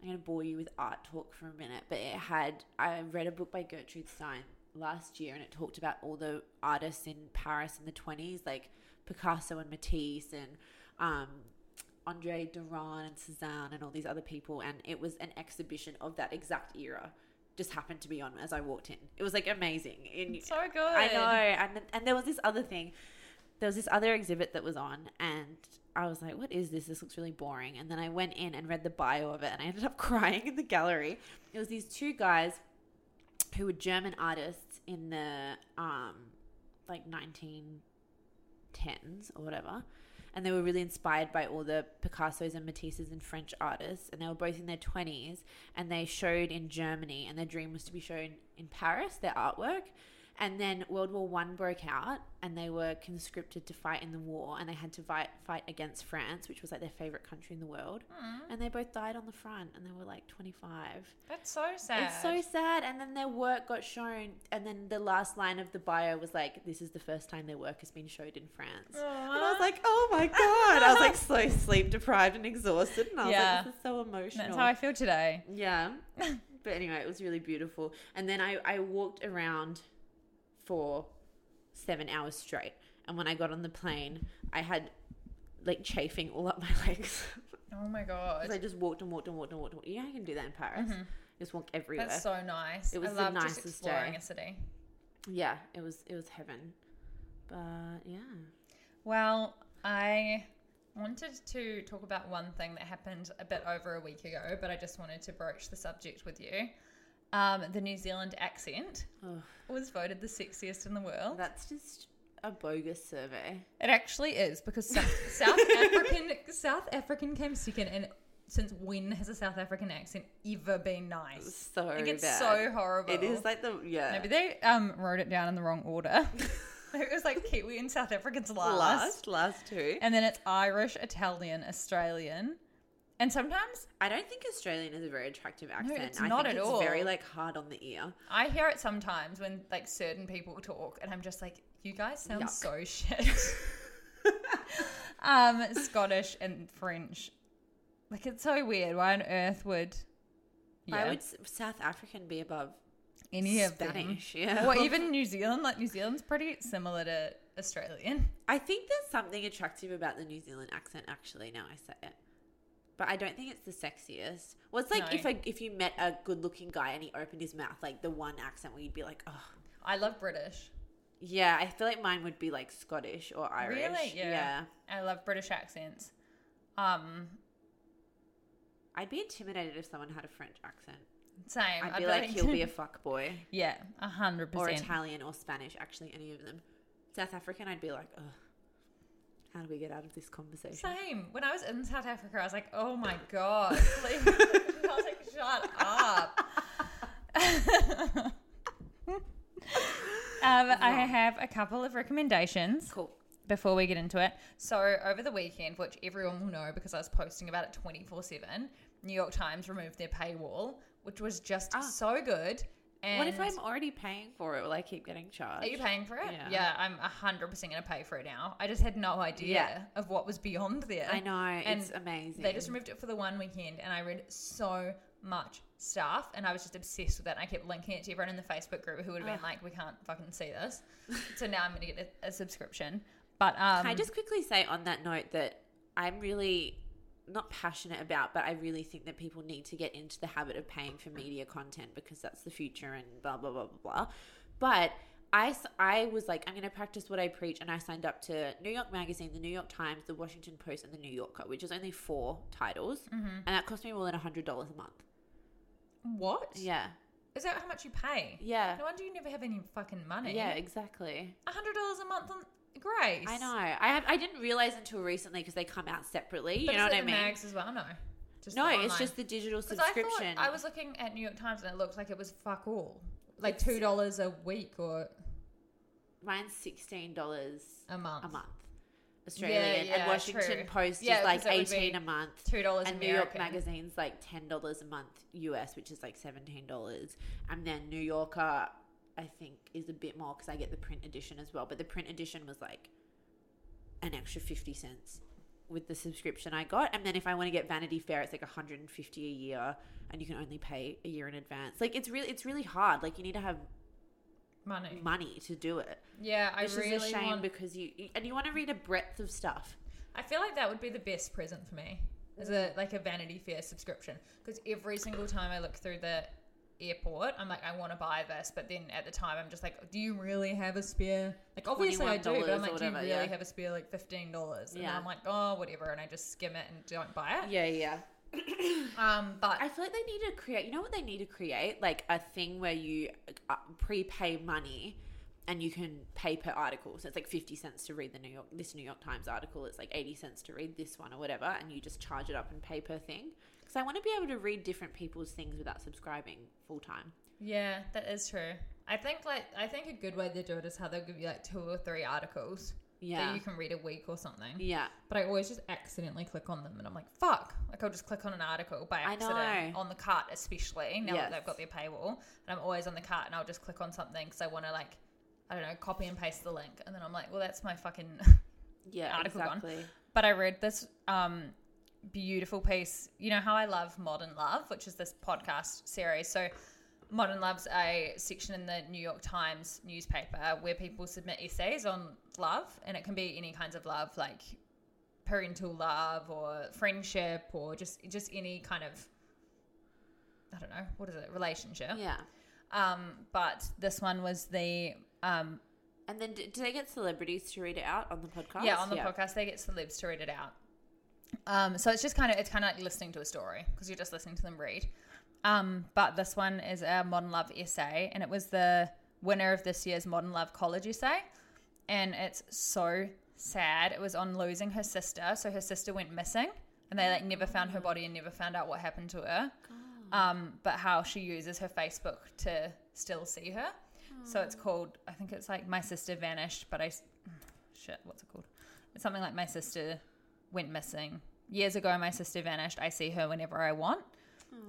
[SPEAKER 2] I'm going to bore you with art talk for a minute, but it had, I read a book by Gertrude Stein last year and it talked about all the artists in Paris in the 20s, like Picasso and Matisse and um, Andre Duran and Cezanne and all these other people. And it was an exhibition of that exact era. Just happened to be on as I walked in. It was like amazing. In,
[SPEAKER 1] It's so good.
[SPEAKER 2] I know. And and there was this other thing. There was this other exhibit that was on, and I was like, "What is this? This looks really boring." And then I went in and read the bio of it, and I ended up crying in the gallery. It was these two guys who were German artists in the um, like nineteen tens or whatever. And they were really inspired by all the Picassos and Matisses and French artists. And they were both in their 20s. And they showed in Germany. And their dream was to be shown in Paris, their artwork. And then World War One broke out. And they were conscripted to fight in the war. And they had to fight, fight against France, which was like their favorite country in the world. And they both died on the front. And they were like 25.
[SPEAKER 1] That's so sad.
[SPEAKER 2] It's so sad. And then their work got shown. And then the last line of the bio was like, this is the first time their work has been showed in France. And I was like, oh my God. I was like so sleep deprived and exhausted. And I was
[SPEAKER 1] Yeah.
[SPEAKER 2] like, this is so emotional.
[SPEAKER 1] That's how I feel today.
[SPEAKER 2] yeah. but anyway, it was really beautiful. And then I, I walked around for seven hours straight. And when I got on the plane, I had like chafing all up my legs.
[SPEAKER 1] Oh my
[SPEAKER 2] 'Cause
[SPEAKER 1] god.
[SPEAKER 2] I just walked and walked and walked and walked. and walked. You know, I can do that in Paris. Just walk everywhere.
[SPEAKER 1] Mm-hmm. That's so nice.
[SPEAKER 2] It was
[SPEAKER 1] I
[SPEAKER 2] the
[SPEAKER 1] love just
[SPEAKER 2] nicest
[SPEAKER 1] exploring
[SPEAKER 2] day.
[SPEAKER 1] a city.
[SPEAKER 2] yeah it was it was heaven but yeah
[SPEAKER 1] Well, I wanted to talk about one thing that happened a bit over a week ago, but I just wanted to broach the subject with you. Um, the New Zealand accent was voted the sexiest in the world.
[SPEAKER 2] that's just a bogus survey
[SPEAKER 1] It actually is because South, South African South African came second, and since when has a South African accent ever been nice?
[SPEAKER 2] so
[SPEAKER 1] Like, it's
[SPEAKER 2] bad.
[SPEAKER 1] so horrible.
[SPEAKER 2] it is like the yeah
[SPEAKER 1] Maybe they um, wrote it down in the wrong order. it was like Kiwi and South Africans last.
[SPEAKER 2] last last two
[SPEAKER 1] And then it's Irish, Italian, Australian. And sometimes
[SPEAKER 2] i don't think australian is a very attractive accent
[SPEAKER 1] it's
[SPEAKER 2] I
[SPEAKER 1] not at
[SPEAKER 2] think it's
[SPEAKER 1] all.
[SPEAKER 2] very like hard on the ear
[SPEAKER 1] I hear it sometimes when like certain people talk and I'm just like, you guys sound
[SPEAKER 2] Yuck.
[SPEAKER 1] so shit. um, Scottish and French. Like it's so weird. Why on earth would
[SPEAKER 2] why
[SPEAKER 1] Yeah.
[SPEAKER 2] would S- south african be above
[SPEAKER 1] any of
[SPEAKER 2] Spanish,
[SPEAKER 1] them?
[SPEAKER 2] yeah.
[SPEAKER 1] Or even New Zealand. Like New Zealand's pretty similar to Australian.
[SPEAKER 2] i think there's something attractive about the new zealand accent actually now i say it but I don't think it's the sexiest. Well, it's like
[SPEAKER 1] No.
[SPEAKER 2] if a, if you met a good-looking guy and he opened his mouth, like the one accent where you'd be like, oh,
[SPEAKER 1] I love British.
[SPEAKER 2] Yeah, I feel like mine would be like Scottish or Irish.
[SPEAKER 1] Really? Yeah. I love British accents. Um,
[SPEAKER 2] I'd be intimidated if someone had a French accent.
[SPEAKER 1] same.
[SPEAKER 2] I'd be like, he'll be a fuck boy.
[SPEAKER 1] Yeah, a hundred
[SPEAKER 2] Or
[SPEAKER 1] percent.
[SPEAKER 2] Italian or Spanish, actually, any of them. South African, I'd be like, ugh, how do we get out of this conversation?
[SPEAKER 1] Same. When I was in South Africa, I was like, oh my God. Like, I was like, shut up. um, I have a couple of recommendations
[SPEAKER 2] Cool.
[SPEAKER 1] before we get into it. So, over the weekend, which everyone will know because I was posting about it 24 7, New York Times removed their paywall, which was just so good. And
[SPEAKER 2] Ah. what if I'm already paying for it? Will I keep getting charged?
[SPEAKER 1] Are you paying for it?
[SPEAKER 2] Yeah.
[SPEAKER 1] Yeah, I'm I'm 100% going to pay for it now. I just had no idea
[SPEAKER 2] Yeah.
[SPEAKER 1] of what was beyond there.
[SPEAKER 2] I know,
[SPEAKER 1] And
[SPEAKER 2] it's amazing.
[SPEAKER 1] They just removed it for the one weekend, and I read so much stuff, and I was just obsessed with that. And I kept linking it to everyone in the Facebook group who would have been like, "We can't fucking see this," so now I'm gonna get a, a subscription. But um,
[SPEAKER 2] Can I just quickly say on that note that I'm really not passionate about, but I really think that people need to get into the habit of paying for media content because that's the future and blah, blah, blah, blah, blah. But I, s- I was like, I'm going to practice what I preach. And I signed up to New York Magazine, the New York Times, the Washington Post, and the New Yorker, which is only four titles.
[SPEAKER 1] Mm-hmm.
[SPEAKER 2] And that cost me more than $100 a month.
[SPEAKER 1] what?
[SPEAKER 2] Yeah.
[SPEAKER 1] Is that how much you pay?
[SPEAKER 2] Yeah.
[SPEAKER 1] No wonder you never have any fucking money.
[SPEAKER 2] Yeah, exactly.
[SPEAKER 1] hundred dollars a month on Grace.
[SPEAKER 2] I know. I have, I didn't realize until recently because they come out separately. You
[SPEAKER 1] But
[SPEAKER 2] know
[SPEAKER 1] is
[SPEAKER 2] what
[SPEAKER 1] it
[SPEAKER 2] I
[SPEAKER 1] the
[SPEAKER 2] mean?
[SPEAKER 1] Mags as well. No. Just
[SPEAKER 2] no,
[SPEAKER 1] the
[SPEAKER 2] it's
[SPEAKER 1] online.
[SPEAKER 2] just the digital
[SPEAKER 1] 'Cause I thought-
[SPEAKER 2] subscription.
[SPEAKER 1] I, was looking at New York Times and it looked like it was fuck all, like two dollars a week or
[SPEAKER 2] mine's sixteen dollars
[SPEAKER 1] a month.
[SPEAKER 2] a month. Australian
[SPEAKER 1] yeah,
[SPEAKER 2] and Washington
[SPEAKER 1] true.
[SPEAKER 2] Post
[SPEAKER 1] Yeah,
[SPEAKER 2] is like
[SPEAKER 1] 'cause it would be
[SPEAKER 2] eighteen a month.
[SPEAKER 1] $2
[SPEAKER 2] and New York
[SPEAKER 1] American.
[SPEAKER 2] Magazine's like ten dollars a month US, which is like seventeen dollars. And then New Yorker, I think, is a bit more because I get the print edition as well. But the print edition was like an extra fifty cents with the subscription I got. And then if I want to get Vanity Fair, it's like one hundred and fifty a year, and you can only pay a year in advance. Like it's really, it's really hard. Like you need to have
[SPEAKER 1] Money.
[SPEAKER 2] money to do it.
[SPEAKER 1] Yeah, I
[SPEAKER 2] Which
[SPEAKER 1] really
[SPEAKER 2] is a shame
[SPEAKER 1] want.
[SPEAKER 2] because you you- and you want to read a breadth of stuff.
[SPEAKER 1] I feel like that would be the best present for me, as a
[SPEAKER 2] Mm.
[SPEAKER 1] like a Vanity Fair subscription, because every single time I look through the airport, I'm like, I want to buy this, but then at the time, I'm just like, do you really have a spare? Like obviously I do, but
[SPEAKER 2] $21
[SPEAKER 1] I'm like,
[SPEAKER 2] or
[SPEAKER 1] do you
[SPEAKER 2] whatever,
[SPEAKER 1] really
[SPEAKER 2] yeah.
[SPEAKER 1] have a spare like fifteen dollars? And then
[SPEAKER 2] Yeah.
[SPEAKER 1] I'm like, oh whatever, and I just skim it and don't buy it.
[SPEAKER 2] Yeah, yeah.
[SPEAKER 1] Um, but
[SPEAKER 2] I feel like they need to create. You know what they need to create? Like a thing where you uh, prepay money, and you can pay per article. So it's like fifty cents to read the New York this New York Times article. It's like eighty cents to read this one or whatever, and you just charge it up and pay per thing. Because I want to be able to read different people's things without subscribing full time.
[SPEAKER 1] Yeah, that is true. I think like I think a good way they do it is how they'll give you like two or three articles that
[SPEAKER 2] Yeah.
[SPEAKER 1] you can read a week or something.
[SPEAKER 2] Yeah.
[SPEAKER 1] But I always just accidentally click on them, and I'm like, fuck! Like I'll just click on an article by
[SPEAKER 2] I
[SPEAKER 1] accident
[SPEAKER 2] know.
[SPEAKER 1] on the cart, especially now
[SPEAKER 2] Yes.
[SPEAKER 1] that they've got their paywall. And I'm always on the cart, and I'll just click on something because I want to like, I don't know, copy and paste the link, and then I'm like, well, that's my fucking
[SPEAKER 2] Yeah.
[SPEAKER 1] article gone.
[SPEAKER 2] exactly.
[SPEAKER 1] But I read this um, beautiful piece. You know how I love Modern Love, which is this podcast series. So, Modern Love's a section in the New York Times newspaper where people submit essays on love, and it can be any kinds of love, like parental love or friendship or just just any kind of I don't know what is it relationship.
[SPEAKER 2] Yeah.
[SPEAKER 1] Um, but this one was the um,
[SPEAKER 2] And then do, do they get celebrities to read it out on the podcast?
[SPEAKER 1] yeah, on the podcast they get celebs to read it out. Um, so it's just kind of it's kind of like listening to a story because you're just listening to them read. Um, but this one is a modern love essay, and it was the winner of this year's modern love college essay, and it's so sad. It was on losing her sister, so her sister went missing, and they like never found her body and never found out what happened to her. Um, but how she uses her Facebook to still see her. So it's called I think it's like my sister vanished, but I s- shit, what's it called? It's something like my sister went missing. Years ago, my sister vanished. I see her whenever I want.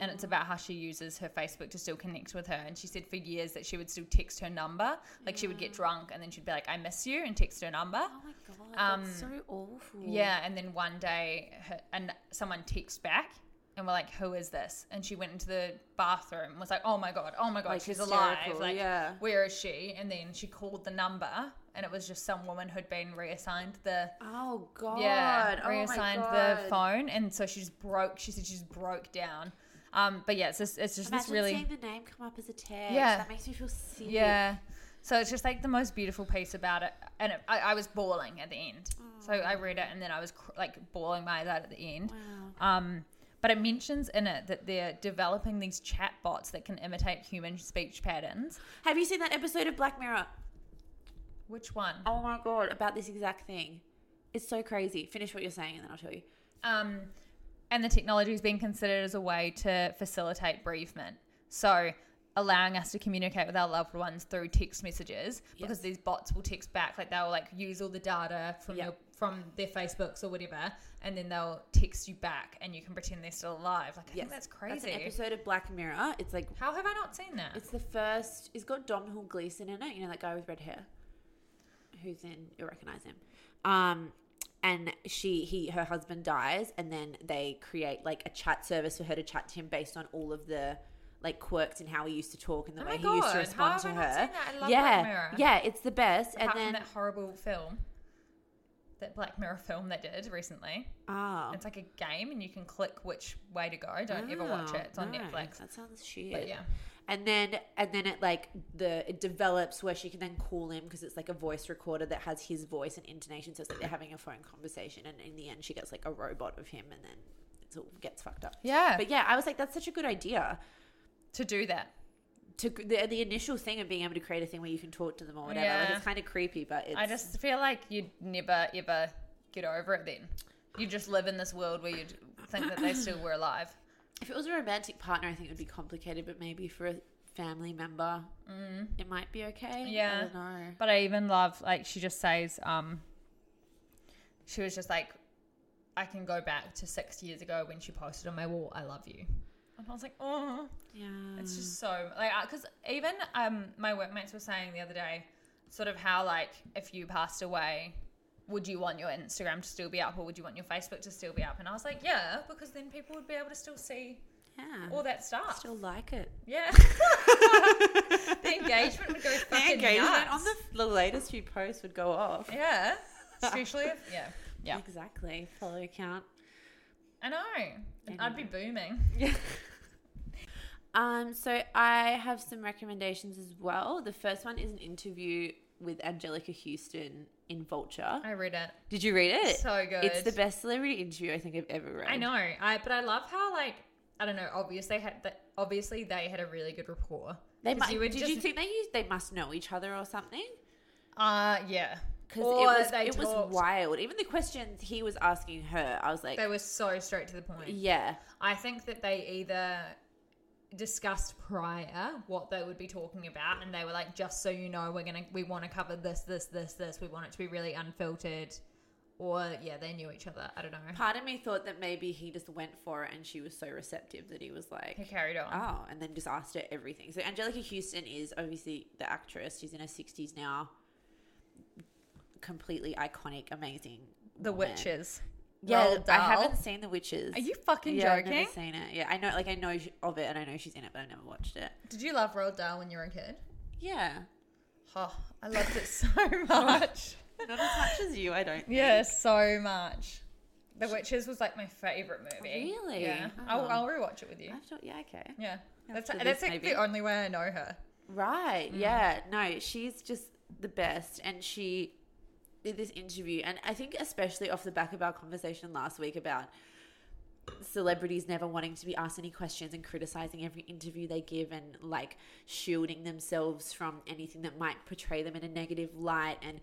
[SPEAKER 1] And it's about how she uses her Facebook to still connect with her. And she said for years that she would still text her number. Like she would get drunk and then she'd be like, I miss you, and text her number.
[SPEAKER 2] Oh my god, that's so
[SPEAKER 1] Um,
[SPEAKER 2] awful.
[SPEAKER 1] Yeah, and then one day, her, and someone texts back, and we're like, "Who is this?" And she went into the bathroom, and was like, "Oh my god, oh my god,
[SPEAKER 2] Like,
[SPEAKER 1] she's alive!
[SPEAKER 2] hysterical,
[SPEAKER 1] Like,
[SPEAKER 2] yeah.
[SPEAKER 1] where is she?" And then she called the number, and it was just some woman who'd been reassigned the
[SPEAKER 2] Oh god.
[SPEAKER 1] yeah
[SPEAKER 2] oh
[SPEAKER 1] reassigned
[SPEAKER 2] my
[SPEAKER 1] the
[SPEAKER 2] God.
[SPEAKER 1] phone, and so she just broke. She said she just broke down. Um, but yeah, it's just it's just
[SPEAKER 2] Imagine
[SPEAKER 1] this really
[SPEAKER 2] seeing the name come up as a text.
[SPEAKER 1] Yeah.
[SPEAKER 2] That makes me feel sick.
[SPEAKER 1] Yeah. So it's just like the most beautiful piece about it. And it, I, I was bawling at the end. So I read it and then I was cr- like bawling my eyes out at the end. Um, but it mentions in it that they're developing these chat bots that can imitate human speech patterns.
[SPEAKER 2] Have you seen that episode of Black Mirror?
[SPEAKER 1] Which one?
[SPEAKER 2] Oh my god, about this exact thing. It's so crazy. Finish what you're saying and then I'll tell you.
[SPEAKER 1] Um, and the technology is being considered as a way to facilitate bereavement. So allowing us to communicate with our loved ones through text messages because these bots will text back like they'll like use all the data from
[SPEAKER 2] Yeah.
[SPEAKER 1] your, from their Facebooks or whatever and then they'll text you back and you can pretend they're still alive. Like I think that's
[SPEAKER 2] That's an
[SPEAKER 1] crazy.
[SPEAKER 2] episode of Black Mirror. It's like
[SPEAKER 1] How have I not seen that?
[SPEAKER 2] it's the first it's got Domhnall Gleeson in it, you know that guy with red hair. Who's in you'll recognise him. Um and she he her husband dies and then they create like a chat service for her to chat to him based on all of the like quirks and how he used to talk and the
[SPEAKER 1] Oh my
[SPEAKER 2] way he used to
[SPEAKER 1] God,
[SPEAKER 2] respond
[SPEAKER 1] how
[SPEAKER 2] to
[SPEAKER 1] have
[SPEAKER 2] her.
[SPEAKER 1] I not seen that? I love
[SPEAKER 2] yeah,
[SPEAKER 1] Black Mirror.
[SPEAKER 2] yeah, it's the best.
[SPEAKER 1] Apart from
[SPEAKER 2] and then
[SPEAKER 1] that horrible film, that Black Mirror film they did recently.
[SPEAKER 2] oh,
[SPEAKER 1] It's like a game, and you can click which way to go. Don't ever watch
[SPEAKER 2] Oh,
[SPEAKER 1] it. It's on
[SPEAKER 2] no,
[SPEAKER 1] Netflix.
[SPEAKER 2] That sounds shit.
[SPEAKER 1] But yeah.
[SPEAKER 2] And then and then it like the it develops where she can then call him because it's like a voice recorder that has his voice and intonation. So it's like they're having a phone conversation, and in the end, she gets like a robot of him, and then it all gets fucked up.
[SPEAKER 1] Yeah.
[SPEAKER 2] But yeah, I was like, that's such a good idea.
[SPEAKER 1] To do that,
[SPEAKER 2] To the, the initial thing of being able to create a thing where you can talk to them or whatever. Like,
[SPEAKER 1] Yeah.
[SPEAKER 2] it's kind of creepy, but it's
[SPEAKER 1] I just feel like you'd never ever get over it. Then you just live in this world where you'd think that they still were alive.
[SPEAKER 2] if it was a romantic partner, I think it would be complicated. But maybe for a family member, it might be okay. I
[SPEAKER 1] Mm. Yeah.
[SPEAKER 2] don't know.
[SPEAKER 1] But I even love like she just says, um, she was just like, I can go back to six years ago when she posted on my wall, "I love you," and I was like, oh,
[SPEAKER 2] Yeah.
[SPEAKER 1] it's just so like because even um my workmates were saying the other day, sort of how like if you passed away. Would you want your Instagram to still be up, or would you want your Facebook to still be up? And I was like, yeah, because then people would be able to still see
[SPEAKER 2] yeah.
[SPEAKER 1] all that stuff.
[SPEAKER 2] Uh, Still like it.
[SPEAKER 1] yeah, the engagement would go fucking nuts.
[SPEAKER 2] on the, the latest few posts would go off.
[SPEAKER 1] Yeah. Especially if, yeah. Yeah.
[SPEAKER 2] Exactly. Follow account.
[SPEAKER 1] I know. And I'd be booming.
[SPEAKER 2] Um, so I have some recommendations as well. The first one is an interview with Angelica Houston in Vulture.
[SPEAKER 1] I read it.
[SPEAKER 2] Did you read it?
[SPEAKER 1] So good.
[SPEAKER 2] It's the best celebrity interview I think I've ever read.
[SPEAKER 1] I know. I but I love how like I don't know, obviously had that obviously they had a really good rapport.
[SPEAKER 2] They
[SPEAKER 1] 'Cause
[SPEAKER 2] might,
[SPEAKER 1] you would
[SPEAKER 2] did you
[SPEAKER 1] just-
[SPEAKER 2] think they used, they must know each other or something?
[SPEAKER 1] uh yeah.
[SPEAKER 2] Because it
[SPEAKER 1] Or
[SPEAKER 2] was
[SPEAKER 1] they
[SPEAKER 2] it was
[SPEAKER 1] talked.
[SPEAKER 2] wild. Even the questions he was asking her, I was like,
[SPEAKER 1] They were so straight to the point.
[SPEAKER 2] yeah,
[SPEAKER 1] I think that they either discussed prior what they would be talking about and they were like just so you know we're gonna we want to cover this this this this we want it to be really unfiltered or yeah they knew each other i don't know
[SPEAKER 2] Part of me thought that maybe he just went for it and she was so receptive that he was like,
[SPEAKER 1] he carried on
[SPEAKER 2] oh, and then just asked her everything. So Angelica Houston is obviously the actress. She's in her 60s now. Completely iconic, amazing.
[SPEAKER 1] The
[SPEAKER 2] woman.
[SPEAKER 1] Witches.
[SPEAKER 2] Yeah,
[SPEAKER 1] Roald
[SPEAKER 2] I
[SPEAKER 1] Dahl.
[SPEAKER 2] haven't seen The Witches.
[SPEAKER 1] Are you fucking
[SPEAKER 2] yeah, I've
[SPEAKER 1] joking?
[SPEAKER 2] never seen it. Yeah, I know, like, I know sh- of it and I know she's in it, but I've never watched it.
[SPEAKER 1] Did you love Roald Dahl when you were a kid?
[SPEAKER 2] Yeah.
[SPEAKER 1] Oh, I loved it so much.
[SPEAKER 2] Not as much as you, I don't think.
[SPEAKER 1] yeah, so much. The Witches was like my favorite movie.
[SPEAKER 2] Really?
[SPEAKER 1] Yeah.
[SPEAKER 2] Oh.
[SPEAKER 1] I'll, I'll rewatch it with you.
[SPEAKER 2] I thought, yeah, okay.
[SPEAKER 1] Yeah. That's,
[SPEAKER 2] After
[SPEAKER 1] that's
[SPEAKER 2] this,
[SPEAKER 1] like
[SPEAKER 2] maybe.
[SPEAKER 1] the only way I know her.
[SPEAKER 2] Right. Yeah. No, she's just the best. And she did this interview. And I think, especially off the back of our conversation last week about celebrities never wanting to be asked any questions and criticizing every interview they give and like shielding themselves from anything that might portray them in a negative light and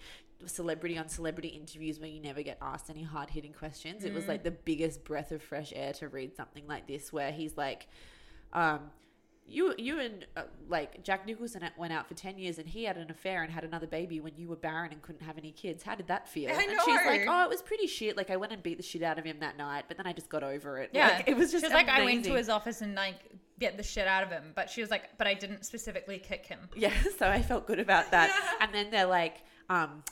[SPEAKER 2] celebrity on celebrity interviews where you never get asked any hard hitting questions. It was
[SPEAKER 1] Mm.
[SPEAKER 2] like the biggest breath of fresh air to read something like this where he's like, um, you, you and uh, like Jack Nicholson went out for 10 years and he had an affair and had another baby when you were barren and couldn't have any kids. How did that feel?
[SPEAKER 1] I
[SPEAKER 2] And she's like,
[SPEAKER 1] know.
[SPEAKER 2] oh, it was pretty shit. Like I went and beat the shit out of him that night, but then I just got over it.
[SPEAKER 1] Yeah.
[SPEAKER 2] Like, it was just
[SPEAKER 1] She was like, I went to
[SPEAKER 2] amazing.
[SPEAKER 1] his office and like get the shit out of him. But she was like, but I didn't specifically kick him.
[SPEAKER 2] Yeah, so I felt good about that. And then they're like, um,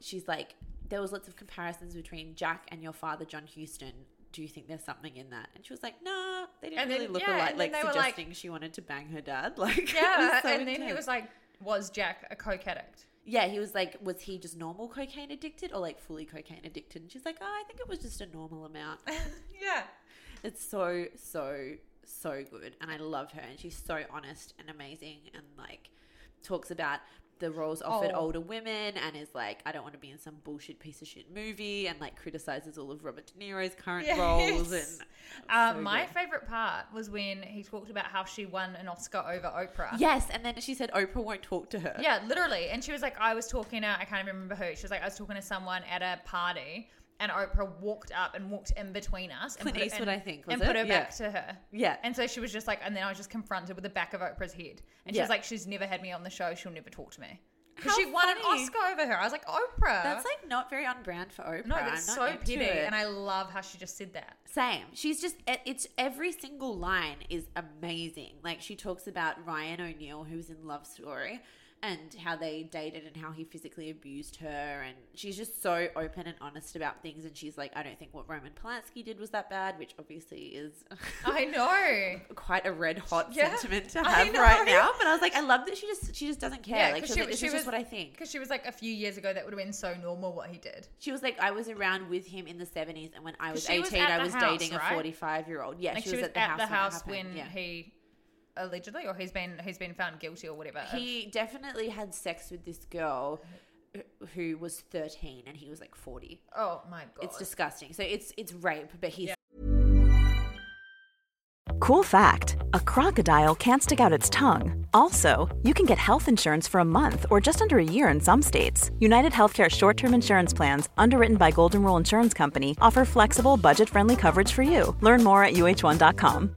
[SPEAKER 2] she's like, there was lots of comparisons between Jack and your father, John Houston. Do you think there's something in that? And she was like, nah, they didn't
[SPEAKER 1] And then-
[SPEAKER 2] really look
[SPEAKER 1] yeah,
[SPEAKER 2] alike.
[SPEAKER 1] and then
[SPEAKER 2] Like
[SPEAKER 1] they were like-
[SPEAKER 2] suggesting she wanted to bang her dad. Like, it
[SPEAKER 1] Yeah.
[SPEAKER 2] was so
[SPEAKER 1] and then he
[SPEAKER 2] intense.
[SPEAKER 1] was like, was Jack a coke addict?
[SPEAKER 2] yeah, he was like, was he just normal cocaine addicted or like fully cocaine addicted? And she's like, oh, I think it was just a normal amount.
[SPEAKER 1] Yeah.
[SPEAKER 2] It's so, so, so good. And I love her. And she's so honest and amazing and like talks about the roles offered
[SPEAKER 1] Oh.
[SPEAKER 2] older women and is like, I don't want to be in some bullshit piece of shit movie and like criticizes all of Robert De Niro's current roles.
[SPEAKER 1] Yes.
[SPEAKER 2] And
[SPEAKER 1] Uh,
[SPEAKER 2] so
[SPEAKER 1] my
[SPEAKER 2] good.
[SPEAKER 1] favorite part was when he talked about how she won an Oscar over Oprah.
[SPEAKER 2] yes. And then she said, Oprah won't talk to her.
[SPEAKER 1] Yeah, literally. And she was like, I was talking to, I can't even remember who. She was like, I was talking to someone at a party, and Oprah walked up and walked in between us. And
[SPEAKER 2] Clint
[SPEAKER 1] put it
[SPEAKER 2] Eastwood,
[SPEAKER 1] in-
[SPEAKER 2] I think, was
[SPEAKER 1] and
[SPEAKER 2] it?
[SPEAKER 1] put her
[SPEAKER 2] Yeah.
[SPEAKER 1] back to her.
[SPEAKER 2] Yeah.
[SPEAKER 1] And so she was just like, and then I was just confronted with the back of Oprah's head. And she
[SPEAKER 2] Yeah.
[SPEAKER 1] was like, she's never had me on the show. She'll never talk to me. 'Cause
[SPEAKER 2] How
[SPEAKER 1] she won an
[SPEAKER 2] funny.
[SPEAKER 1] Oscar over her. I was like, Oprah.
[SPEAKER 2] That's like not very on brand for Oprah.
[SPEAKER 1] no, that's
[SPEAKER 2] I'm
[SPEAKER 1] so
[SPEAKER 2] not into
[SPEAKER 1] petty.
[SPEAKER 2] it.
[SPEAKER 1] And I love how she just said that.
[SPEAKER 2] Same. She's just it- it's every single line is amazing. Like she talks about Ryan O'Neill who's in Love Story and how they dated and how he physically abused her. And she's just so open and honest about things. And she's like, I don't think what Roman Polanski did was that bad, which obviously is
[SPEAKER 1] I know.
[SPEAKER 2] quite a red hot
[SPEAKER 1] Yeah,
[SPEAKER 2] sentiment to
[SPEAKER 1] I
[SPEAKER 2] have
[SPEAKER 1] know.
[SPEAKER 2] right now. But I was like, I love that she just she just doesn't care.
[SPEAKER 1] Yeah,
[SPEAKER 2] like,
[SPEAKER 1] 'cause
[SPEAKER 2] she,
[SPEAKER 1] she-
[SPEAKER 2] like, this
[SPEAKER 1] she
[SPEAKER 2] is
[SPEAKER 1] was-
[SPEAKER 2] just what I think.
[SPEAKER 1] Because she was like a few years ago, that would have been so normal what he did.
[SPEAKER 2] She was like, I was around with him in the seventies, and when I
[SPEAKER 1] 'Cause
[SPEAKER 2] was
[SPEAKER 1] she was
[SPEAKER 2] eighteen,
[SPEAKER 1] at
[SPEAKER 2] I
[SPEAKER 1] the
[SPEAKER 2] was
[SPEAKER 1] house,
[SPEAKER 2] dating
[SPEAKER 1] right?
[SPEAKER 2] a forty-five year old. Yeah,
[SPEAKER 1] Like
[SPEAKER 2] she, was, at the house, when, it
[SPEAKER 1] when,
[SPEAKER 2] happened. Yeah.
[SPEAKER 1] he allegedly, or he's been he's been found guilty or whatever. of-
[SPEAKER 2] He definitely had sex with this girl who- who was 13 and he was like 40.
[SPEAKER 1] oh my god,
[SPEAKER 2] It's disgusting. So it's it's rape, but he's
[SPEAKER 3] Cool fact a crocodile can't stick out its tongue. Also, you can get health insurance for a month or just under a year in some states. United Healthcare short term insurance plans, underwritten by Golden Rule Insurance Company, offer flexible, budget friendly coverage for you. Learn more at uh1.com.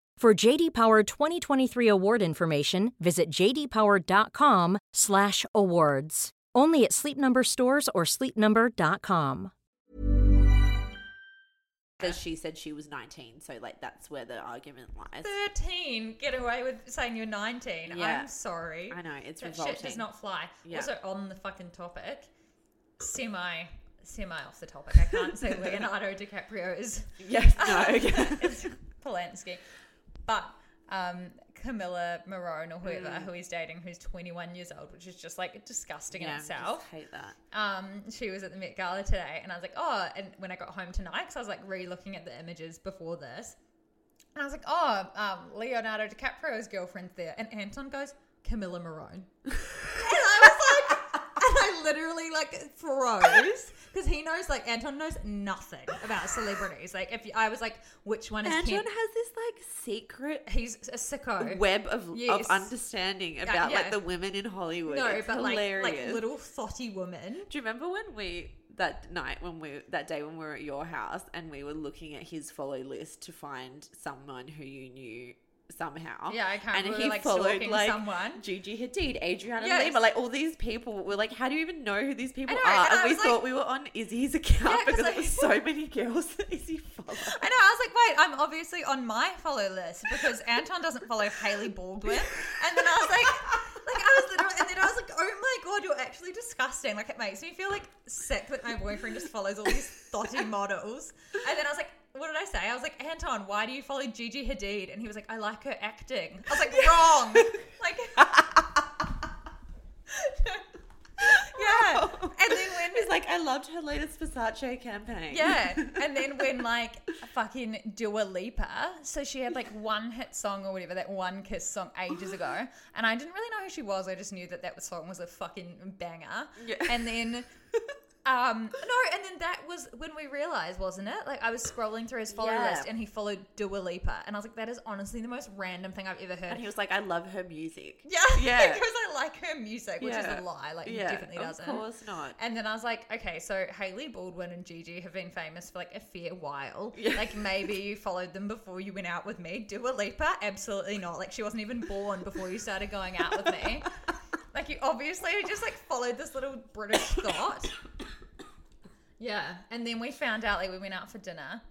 [SPEAKER 4] For JD Power 2023 award information, visit jdpower.com/awards. Only at Sleep Number stores or sleepnumber.com.
[SPEAKER 2] because she said she was 19. So like that's where the argument lies.
[SPEAKER 1] thirteen. Get away with saying you're nineteen.
[SPEAKER 2] Yeah.
[SPEAKER 1] I'm sorry.
[SPEAKER 2] I know, it's
[SPEAKER 1] that shit does
[SPEAKER 2] revolting.
[SPEAKER 1] not fly.
[SPEAKER 2] Yeah.
[SPEAKER 1] Also on the fucking topic, semi semi off the topic. I can't say Leonardo DiCaprio is
[SPEAKER 2] Yes, no. yeah.
[SPEAKER 1] it's Polanski. But um, Camilla Marone or whoever
[SPEAKER 2] Mm.
[SPEAKER 1] who he's dating, who's 21 years old, which is just like disgusting
[SPEAKER 2] Yeah, I
[SPEAKER 1] in
[SPEAKER 2] just
[SPEAKER 1] itself.
[SPEAKER 2] hate that.
[SPEAKER 1] Um, she was at the Met Gala today, and I was like, oh. And when I got home tonight, because I was like re-looking at the images before this, and I was like, oh, um, Leonardo DiCaprio's girlfriend's there, and Anton goes, Camilla Marone, and I was like, and I literally like froze because he knows like Anton knows nothing about celebrities. Like if you, I was like, which one is
[SPEAKER 2] Anton
[SPEAKER 1] Ken?
[SPEAKER 2] has this like secret
[SPEAKER 1] He's a sicko.
[SPEAKER 2] web of,
[SPEAKER 1] Yes.
[SPEAKER 2] of understanding about
[SPEAKER 1] yeah.
[SPEAKER 2] like the women in Hollywood.
[SPEAKER 1] no,
[SPEAKER 2] It's
[SPEAKER 1] but
[SPEAKER 2] hilarious.
[SPEAKER 1] like like little thotty woman.
[SPEAKER 2] Do you remember when we that night when we that day when we were at your house and we were looking at his follow list to find someone who you knew somehow?
[SPEAKER 1] Yeah, I can't- we were, like, stalking someone.
[SPEAKER 2] Gigi Hadid, Adriana
[SPEAKER 1] Yes.
[SPEAKER 2] Lima, like all these people. We're like, how do you even know who these people
[SPEAKER 1] know,
[SPEAKER 2] are?
[SPEAKER 1] and
[SPEAKER 2] And,
[SPEAKER 1] I
[SPEAKER 2] we
[SPEAKER 1] was like-
[SPEAKER 2] thought we were on Izzy's account
[SPEAKER 1] Yeah, 'cause,
[SPEAKER 2] because
[SPEAKER 1] like-
[SPEAKER 2] it was so many girls that Izzy followed.
[SPEAKER 1] I know. I was like, wait, I'm obviously on my follow list because Anton doesn't follow Haley Baldwin. And then I was like, like I was literally, and then I was like, oh my god, you're actually disgusting. Like it makes me feel like sick that my boyfriend just follows all these thotty models. And then I was like, what did I say? I was like, Anton, why do you follow Gigi Hadid? And he was like, I like her acting. I was like, wrong. Like. Yeah, and then when
[SPEAKER 2] He's like, I loved her latest Versace campaign.
[SPEAKER 1] yeah. And then when like fucking Dua Lipa, so she had like one hit song or whatever, that one kiss song ages ago. And I didn't really know who she was. I just knew that that song was a fucking banger.
[SPEAKER 2] Yeah.
[SPEAKER 1] And then. Um, no, and then that was when we realized, wasn't it? Like I was scrolling through his follow
[SPEAKER 2] Yeah.
[SPEAKER 1] list, and he followed Dua Lipa, and I was like, "That is honestly the most random thing I've ever heard."
[SPEAKER 2] And he was like, I love her music.
[SPEAKER 1] Yeah,
[SPEAKER 2] Yeah.
[SPEAKER 1] because I like her music, which
[SPEAKER 2] Yeah.
[SPEAKER 1] is a lie. Like,
[SPEAKER 2] Yeah,
[SPEAKER 1] definitely
[SPEAKER 2] of
[SPEAKER 1] doesn't.
[SPEAKER 2] course not.
[SPEAKER 1] And then I was like, okay, so Haley Baldwin and Gigi have been famous for like a fair while.
[SPEAKER 2] Yeah.
[SPEAKER 1] Like, maybe you followed them before you went out with me. Dua Lipa, absolutely not. Like, she wasn't even born before you started going out with me. Like, you obviously just like followed this little British thought. Yeah. And then we found out, like, we went out for dinner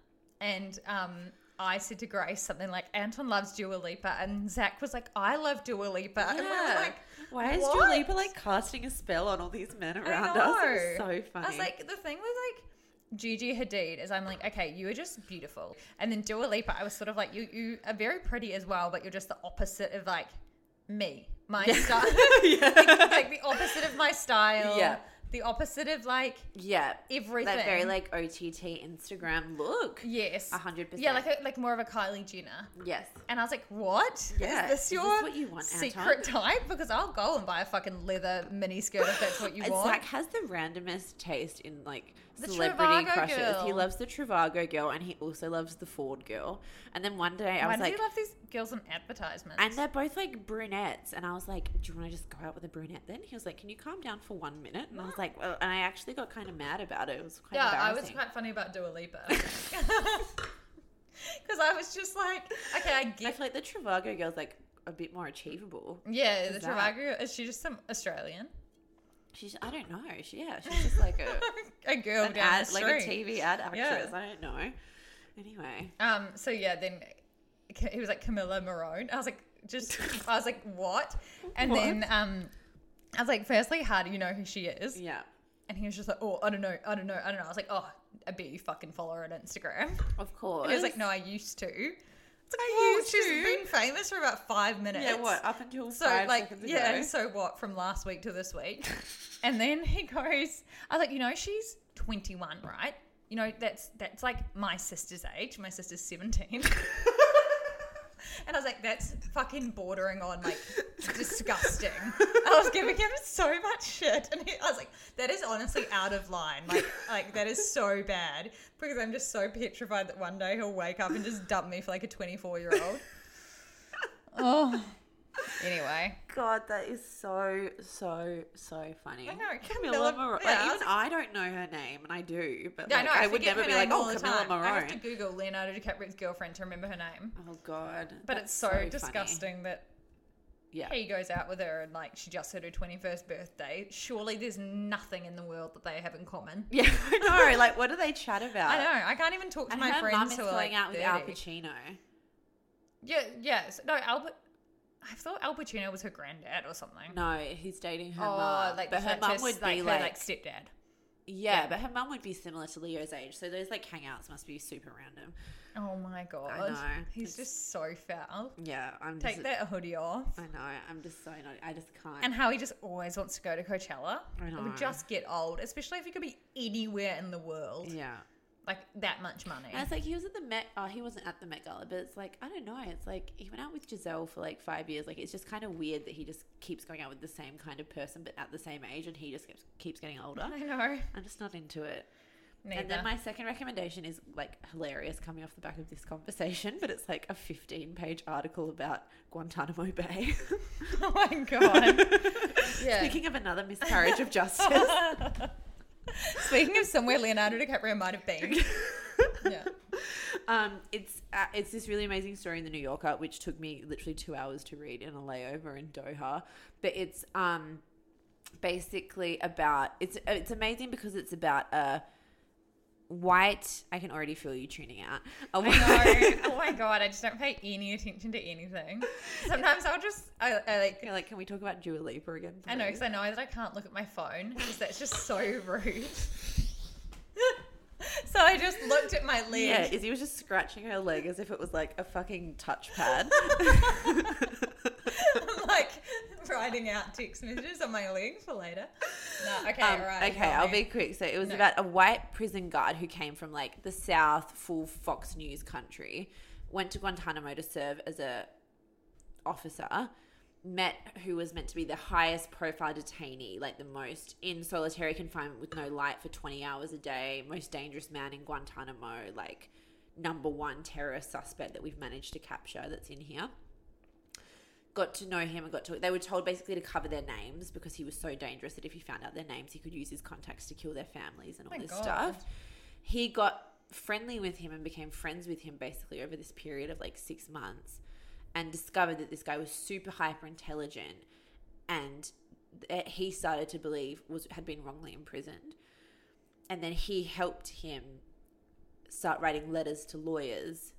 [SPEAKER 1] and um, I said to Grace something like, Anton loves Dua Lipa. And Zach was like, I love Dua Lipa. And we
[SPEAKER 2] Yeah.
[SPEAKER 1] were like,
[SPEAKER 2] why is
[SPEAKER 1] "What?"
[SPEAKER 2] Dua Lipa like casting a spell on all these men
[SPEAKER 1] I
[SPEAKER 2] around us? It's
[SPEAKER 1] know.
[SPEAKER 2] so funny.
[SPEAKER 1] I was like, the thing with like, Gigi Hadid is I'm like, okay, you are just beautiful. And then Dua Lipa, I was sort of like, you you are very pretty as well, but you're just the opposite of like me, my style. like, like the opposite of my style.
[SPEAKER 2] Yeah.
[SPEAKER 1] the opposite of like
[SPEAKER 2] Yeah. That very
[SPEAKER 1] Everything.
[SPEAKER 2] like OTT Instagram look.
[SPEAKER 1] yes,
[SPEAKER 2] A hundred
[SPEAKER 1] Yeah,
[SPEAKER 2] percent.
[SPEAKER 1] like a, like more of a Kylie Jenner.
[SPEAKER 2] Yes.
[SPEAKER 1] And I was like, "What?
[SPEAKER 2] Yeah.
[SPEAKER 1] Is
[SPEAKER 2] Is
[SPEAKER 1] this
[SPEAKER 2] this
[SPEAKER 1] your
[SPEAKER 2] what you want, Anton?
[SPEAKER 1] secret type? Because I'll go and buy a fucking leather mini skirt if that's what you
[SPEAKER 2] And
[SPEAKER 1] want."
[SPEAKER 2] Zach has the randomest taste in like
[SPEAKER 1] The
[SPEAKER 2] celebrity
[SPEAKER 1] Trivago
[SPEAKER 2] crushes. He
[SPEAKER 1] girl.
[SPEAKER 2] loves the Travago girl and he also loves the Ford girl. And then one day
[SPEAKER 1] Why
[SPEAKER 2] I was
[SPEAKER 1] does
[SPEAKER 2] like,
[SPEAKER 1] he love these girls in advertisements?
[SPEAKER 2] and they're both like brunettes. And I was like, do you want to just go out with a brunette then? He was like, can you calm down for one minute? And I was like, well, and I actually got kind of mad about it. It was quite
[SPEAKER 1] yeah, I was
[SPEAKER 2] embarrassing.
[SPEAKER 1] quite funny about Dua Lipa because I was just like, "Okay, I
[SPEAKER 2] I
[SPEAKER 1] get."
[SPEAKER 2] feel like the Travago girl's like a bit more achievable.
[SPEAKER 1] yeah, the
[SPEAKER 2] Zach.
[SPEAKER 1] Travago is she just some Australian?
[SPEAKER 2] She's, I don't know. She, yeah, she's just like a.
[SPEAKER 1] a girl
[SPEAKER 2] an
[SPEAKER 1] down
[SPEAKER 2] ad,
[SPEAKER 1] the
[SPEAKER 2] like
[SPEAKER 1] street.
[SPEAKER 2] a TV ad actress.
[SPEAKER 1] Yeah.
[SPEAKER 2] I don't know. Anyway,
[SPEAKER 1] Um. So yeah, then Ca- he was like Camilla Marone. I was like, just I was like, what? And then um, I was like, firstly, how do you know who she is?
[SPEAKER 2] yeah.
[SPEAKER 1] And he was just like, oh, I don't know, I don't know, I don't know. I was like, oh, I bet you fucking follow her on Instagram. And
[SPEAKER 2] Of course.
[SPEAKER 1] he was like, no, I used to. It's like, I
[SPEAKER 2] used
[SPEAKER 1] she's
[SPEAKER 2] to.
[SPEAKER 1] been famous for about five minutes.
[SPEAKER 2] Yeah, what? Up until
[SPEAKER 1] So
[SPEAKER 2] five
[SPEAKER 1] like
[SPEAKER 2] seconds ago.
[SPEAKER 1] yeah, so what from last week to this week? and then he goes, I was like, you know, she's 21, right? You know, that's that's like my sister's age. My sister's 17. and I was like, that's fucking bordering on like disgusting. I was giving him so much shit, and he, I was like, that is honestly out of line. Like, like that is so bad because I'm just so petrified that one day he'll wake up and just dump me for like a 24 year old. Oh. Anyway,
[SPEAKER 2] God, that is so, so, so funny.
[SPEAKER 1] I know,
[SPEAKER 2] Camilla
[SPEAKER 1] Camilla-
[SPEAKER 2] Morone.
[SPEAKER 1] yeah, I
[SPEAKER 2] like,
[SPEAKER 1] was
[SPEAKER 2] even I don't know her name, and I do, but
[SPEAKER 1] Yeah,
[SPEAKER 2] like,
[SPEAKER 1] no,
[SPEAKER 2] I,
[SPEAKER 1] I,
[SPEAKER 2] would
[SPEAKER 1] forget
[SPEAKER 2] never
[SPEAKER 1] her
[SPEAKER 2] be like,
[SPEAKER 1] name all
[SPEAKER 2] oh,
[SPEAKER 1] the
[SPEAKER 2] Camilla
[SPEAKER 1] time. I have to
[SPEAKER 2] Morone.
[SPEAKER 1] Google Leonardo DiCaprio's girlfriend to remember her name.
[SPEAKER 2] Oh, God.
[SPEAKER 1] But
[SPEAKER 2] that's
[SPEAKER 1] it's so,
[SPEAKER 2] funny.
[SPEAKER 1] disgusting that
[SPEAKER 2] Yeah.
[SPEAKER 1] he goes out with her and like she just had her 21st birthday. Surely there's nothing in the world that they have in common.
[SPEAKER 2] Yeah, I know. Like, what do they chat about?
[SPEAKER 1] I know. I can't even talk to
[SPEAKER 2] And
[SPEAKER 1] my
[SPEAKER 2] her mum
[SPEAKER 1] friends
[SPEAKER 2] is
[SPEAKER 1] who
[SPEAKER 2] going
[SPEAKER 1] are like
[SPEAKER 2] out with
[SPEAKER 1] 30.
[SPEAKER 2] Al Pacino.
[SPEAKER 1] Yeah, yes. No, Albert. I thought Al Pacino was her granddad or something.
[SPEAKER 2] No, he's dating her
[SPEAKER 1] oh,
[SPEAKER 2] mum.
[SPEAKER 1] like
[SPEAKER 2] but her
[SPEAKER 1] that's
[SPEAKER 2] mum
[SPEAKER 1] just,
[SPEAKER 2] would
[SPEAKER 1] like,
[SPEAKER 2] be
[SPEAKER 1] her,
[SPEAKER 2] like,
[SPEAKER 1] like stepdad.
[SPEAKER 2] yeah,
[SPEAKER 1] yeah.
[SPEAKER 2] but her mum would be similar to Leo's age. So those like hangouts must be super random.
[SPEAKER 1] Oh my god,
[SPEAKER 2] know.
[SPEAKER 1] he's
[SPEAKER 2] It's-
[SPEAKER 1] just so foul.
[SPEAKER 2] Yeah, I'm
[SPEAKER 1] Take
[SPEAKER 2] just,
[SPEAKER 1] that hoodie off.
[SPEAKER 2] I know. I'm just so not. I just can't.
[SPEAKER 1] and how he just always wants to go to Coachella.
[SPEAKER 2] I
[SPEAKER 1] It
[SPEAKER 2] know.
[SPEAKER 1] would just get old, especially if you could be anywhere in the world.
[SPEAKER 2] yeah.
[SPEAKER 1] Like that much money.
[SPEAKER 2] And it's like he was at the Met. Oh, he wasn't at the Met Gala, but it's like I don't know. It's like he went out with Giselle for like five years. Like it's just kind of weird that he just keeps going out with the same kind of person, but at the same age, and he just keeps, keeps getting older.
[SPEAKER 1] I know.
[SPEAKER 2] I'm just not into it.
[SPEAKER 1] Neither.
[SPEAKER 2] And then my second recommendation is like hilarious coming off the back of this conversation, but it's like a 15 page article about Guantanamo Bay.
[SPEAKER 1] oh my god. yeah. Speaking,
[SPEAKER 2] Speaking of another miscarriage of justice,
[SPEAKER 1] of somewhere Leonardo DiCaprio might have been. yeah.
[SPEAKER 2] um, it's uh, it's this really amazing story in the New Yorker, which took me literally two hours to read in a layover in Doha. But it's um, basically about it's it's amazing because it's about a white. I can already feel you tuning out. A white,
[SPEAKER 1] I know. oh my god, I just don't pay any attention to anything. Sometimes I'll just I, I like
[SPEAKER 2] You're like, can we talk about Dua Lipa again?
[SPEAKER 1] I know
[SPEAKER 2] please?"
[SPEAKER 1] because I know that I can't look at my phone because that's just so rude. so I just looked at my leg.
[SPEAKER 2] Yeah, Izzy was just scratching her leg as if it was like a fucking touchpad.
[SPEAKER 1] I'm like writing out text messages on my leg for later. No, okay,
[SPEAKER 2] Um,
[SPEAKER 1] right.
[SPEAKER 2] okay,
[SPEAKER 1] got
[SPEAKER 2] I'll
[SPEAKER 1] me.
[SPEAKER 2] be quick. So it was about a white prison guard who came from like the South, full Fox News country, went to Guantanamo to serve as a officer, met who was meant to be the highest profile detainee, like the most in solitary confinement with no light for 20 hours a day, most dangerous man in Guantanamo, like number one terrorist suspect that we've managed to capture that's in here got to know him and got to they were told basically to cover their names because he was so dangerous that if he found out their names he could use his contacts to kill their families and all
[SPEAKER 1] my
[SPEAKER 2] this
[SPEAKER 1] God.
[SPEAKER 2] stuff he got friendly with him and became friends with him basically over this period of like six months and discovered that this guy was super hyper intelligent and that he started to believe was had been wrongly imprisoned and then he helped him start writing letters to lawyers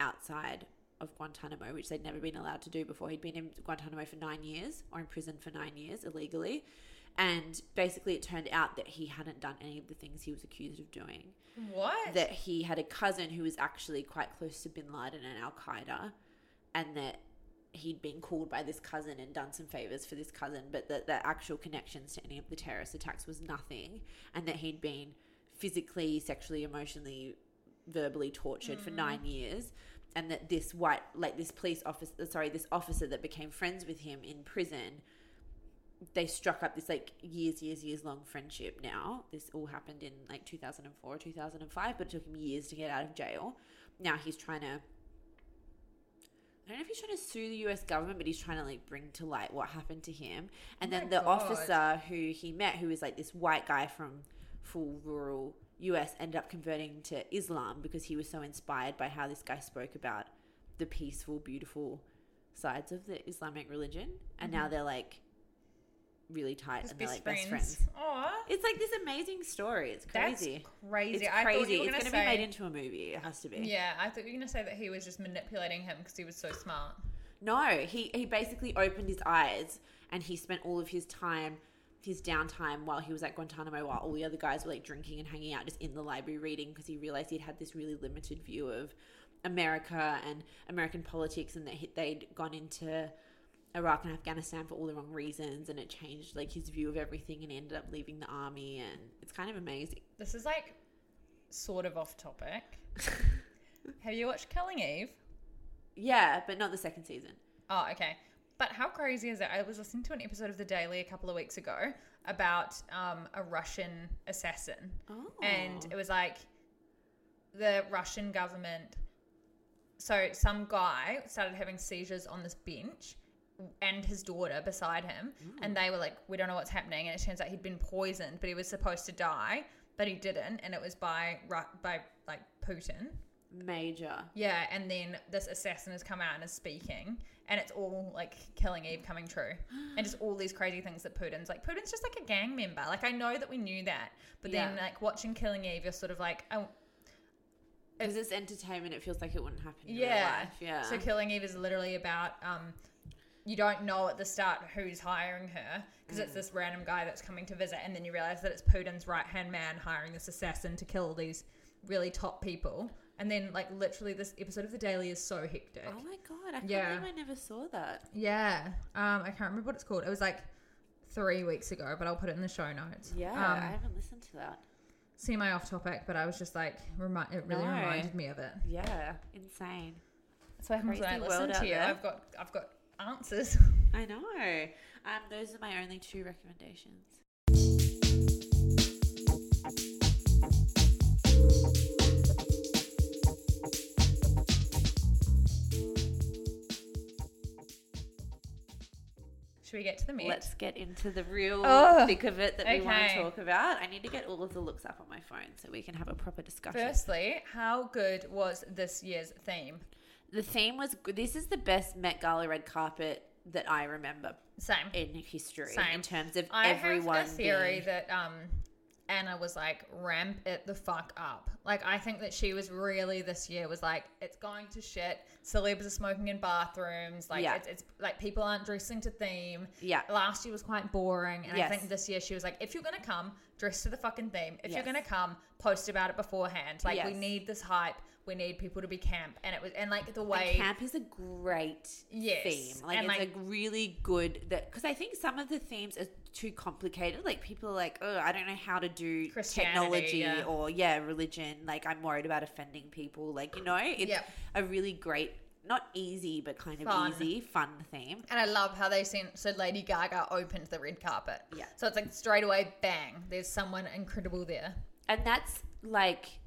[SPEAKER 2] outside of Guantanamo, which they'd never been allowed to do before. He'd been in Guantanamo for nine years or in prison for nine years illegally. And basically, it turned out that he hadn't done any of the things he was accused of doing.
[SPEAKER 1] What?
[SPEAKER 2] That he had a cousin who was actually quite close to bin Laden and Al Qaeda, and that he'd been called by this cousin and done some favors for this cousin, but that the actual connections to any of the terrorist attacks was nothing, and that he'd been physically, sexually, emotionally, verbally tortured for nine years, and that this white, like this police officer, sorry, this officer that became friends with him in prison they struck up this like years, years, years long friendship now. This all happened in like 2004, 2005, but it took him years to get out of jail. Now he's trying to, I don't know if he's trying to sue the US government, but he's trying to like bring to light what happened to him. And
[SPEAKER 1] my
[SPEAKER 2] then the
[SPEAKER 1] God.
[SPEAKER 2] officer who he met, who is like this white guy from full rural US, ended up converting to Islam because he was so inspired by how this guy spoke about the peaceful, beautiful sides of the Islamic religion. And now they're like, really tight
[SPEAKER 1] Just
[SPEAKER 2] and
[SPEAKER 1] Mm-hmm. be
[SPEAKER 2] they're like
[SPEAKER 1] friends.
[SPEAKER 2] best friends.
[SPEAKER 1] Aw.
[SPEAKER 2] It's like this amazing story. It's
[SPEAKER 1] That's
[SPEAKER 2] crazy.
[SPEAKER 1] crazy.
[SPEAKER 2] It's
[SPEAKER 1] I thought you were
[SPEAKER 2] crazy. it's
[SPEAKER 1] gonna
[SPEAKER 2] going to
[SPEAKER 1] say-
[SPEAKER 2] be made into a movie. It has to be.
[SPEAKER 1] Yeah, I thought you were gonna say that he was just manipulating him because he was so smart.
[SPEAKER 2] No, he he basically opened his eyes and he spent all of his time, his downtime while he was at Guantanamo, while all the other guys were like drinking and hanging out just in the library reading because he realized he'd had this really limited view of America and American politics and that he, they'd gone into Iraq and Afghanistan for all the wrong reasons and it changed like his view of everything and he ended up leaving the army and it's kind of amazing.
[SPEAKER 1] This is like sort of off topic. Have you watched Killing Eve?
[SPEAKER 2] Yeah, but not the second season.
[SPEAKER 1] Oh, okay. But how crazy is it? I was listening to an episode of The Daily a couple of weeks ago about um, a Russian assassin.
[SPEAKER 2] Oh.
[SPEAKER 1] And it was like the Russian government. So some guy started having seizures on this bench and his daughter beside him. And they were like, we don't know what's happening. And it turns out he'd been poisoned, but he was supposed to die, but he didn't. And it was by, Ru- by like Putin.
[SPEAKER 2] Major.
[SPEAKER 1] Yeah, and then this assassin has come out and is speaking, and it's all like killing Eve coming true, and just all these crazy things that Putin's like. Putin's just like a gang member. Like I know that we knew that, but then
[SPEAKER 2] Yeah.
[SPEAKER 1] like watching Killing Eve, you're sort of like, oh
[SPEAKER 2] Because it's entertainment, it feels like it wouldn't happen in real
[SPEAKER 1] yeah,
[SPEAKER 2] life. Yeah.
[SPEAKER 1] So Killing Eve is literally about um, you don't know at the start who's hiring her because
[SPEAKER 2] Mm.
[SPEAKER 1] it's this random guy that's coming to visit, and then you realize that it's Putin's right hand man hiring this assassin to kill these really top people. And then, like literally, this episode of The Daily is so hectic.
[SPEAKER 2] Oh my god! I can't
[SPEAKER 1] Yeah.
[SPEAKER 2] believe I never saw that.
[SPEAKER 1] Yeah. Um, I can't remember what it's called. It was like three weeks ago, but I'll put it in the show notes.
[SPEAKER 2] Yeah, I
[SPEAKER 1] Um,
[SPEAKER 2] haven't listened to that.
[SPEAKER 1] semi off topic, but I was just like, remi- it really
[SPEAKER 2] No.
[SPEAKER 1] reminded me of it.
[SPEAKER 2] Yeah, insane.
[SPEAKER 1] So I haven't
[SPEAKER 2] Crazy
[SPEAKER 1] I
[SPEAKER 2] world
[SPEAKER 1] listen
[SPEAKER 2] out
[SPEAKER 1] to you.
[SPEAKER 2] there.
[SPEAKER 1] I've got, I've got answers.
[SPEAKER 2] I know. Um, those are my only two recommendations.
[SPEAKER 1] Should we get to the meat?
[SPEAKER 2] Let's get into the real
[SPEAKER 1] Oh,
[SPEAKER 2] thick of it that we want
[SPEAKER 1] okay.
[SPEAKER 2] to talk about. I need to get all of the looks up on my phone so we can have a proper discussion.
[SPEAKER 1] Firstly, how good was this year's theme?
[SPEAKER 2] the theme was good. This is the best Met Gala red carpet that I remember
[SPEAKER 1] Same.
[SPEAKER 2] in history
[SPEAKER 1] Same.
[SPEAKER 2] in terms of
[SPEAKER 1] I
[SPEAKER 2] everyone
[SPEAKER 1] have a theory
[SPEAKER 2] being-
[SPEAKER 1] that um, Anna was like, ramp it the fuck up. Like, I think that she was really this year was like, it's going to shit. Celebs are smoking in bathrooms. Like,
[SPEAKER 2] Yeah.
[SPEAKER 1] it's, it's like people aren't dressing to theme.
[SPEAKER 2] Yeah.
[SPEAKER 1] Last year was quite boring. And
[SPEAKER 2] Yes.
[SPEAKER 1] I think this year she was like, if you're going to come, dress to the fucking theme. If you're
[SPEAKER 2] Yes.
[SPEAKER 1] going to come, post about it beforehand. Like, we
[SPEAKER 2] Yes.
[SPEAKER 1] need this hype. We need people to be camp. And it was, and like the
[SPEAKER 2] And
[SPEAKER 1] way.
[SPEAKER 2] camp is a great
[SPEAKER 1] Yes,
[SPEAKER 2] theme. Like
[SPEAKER 1] and,
[SPEAKER 2] it's
[SPEAKER 1] like-
[SPEAKER 2] a really good that because I think some of the themes are too complicated. Like people are like, oh, I don't know how to do
[SPEAKER 1] Christianity,
[SPEAKER 2] technology
[SPEAKER 1] yeah.
[SPEAKER 2] or yeah, religion. Like I'm worried about offending people. Like you know, it's
[SPEAKER 1] Yeah.
[SPEAKER 2] a really great, not easy but kind of
[SPEAKER 1] Fun.
[SPEAKER 2] easy, fun theme.
[SPEAKER 1] And I love how they sent so Lady Gaga opened the red carpet.
[SPEAKER 2] Yeah.
[SPEAKER 1] So it's like straight away, bang! There's someone incredible there.
[SPEAKER 2] and that's like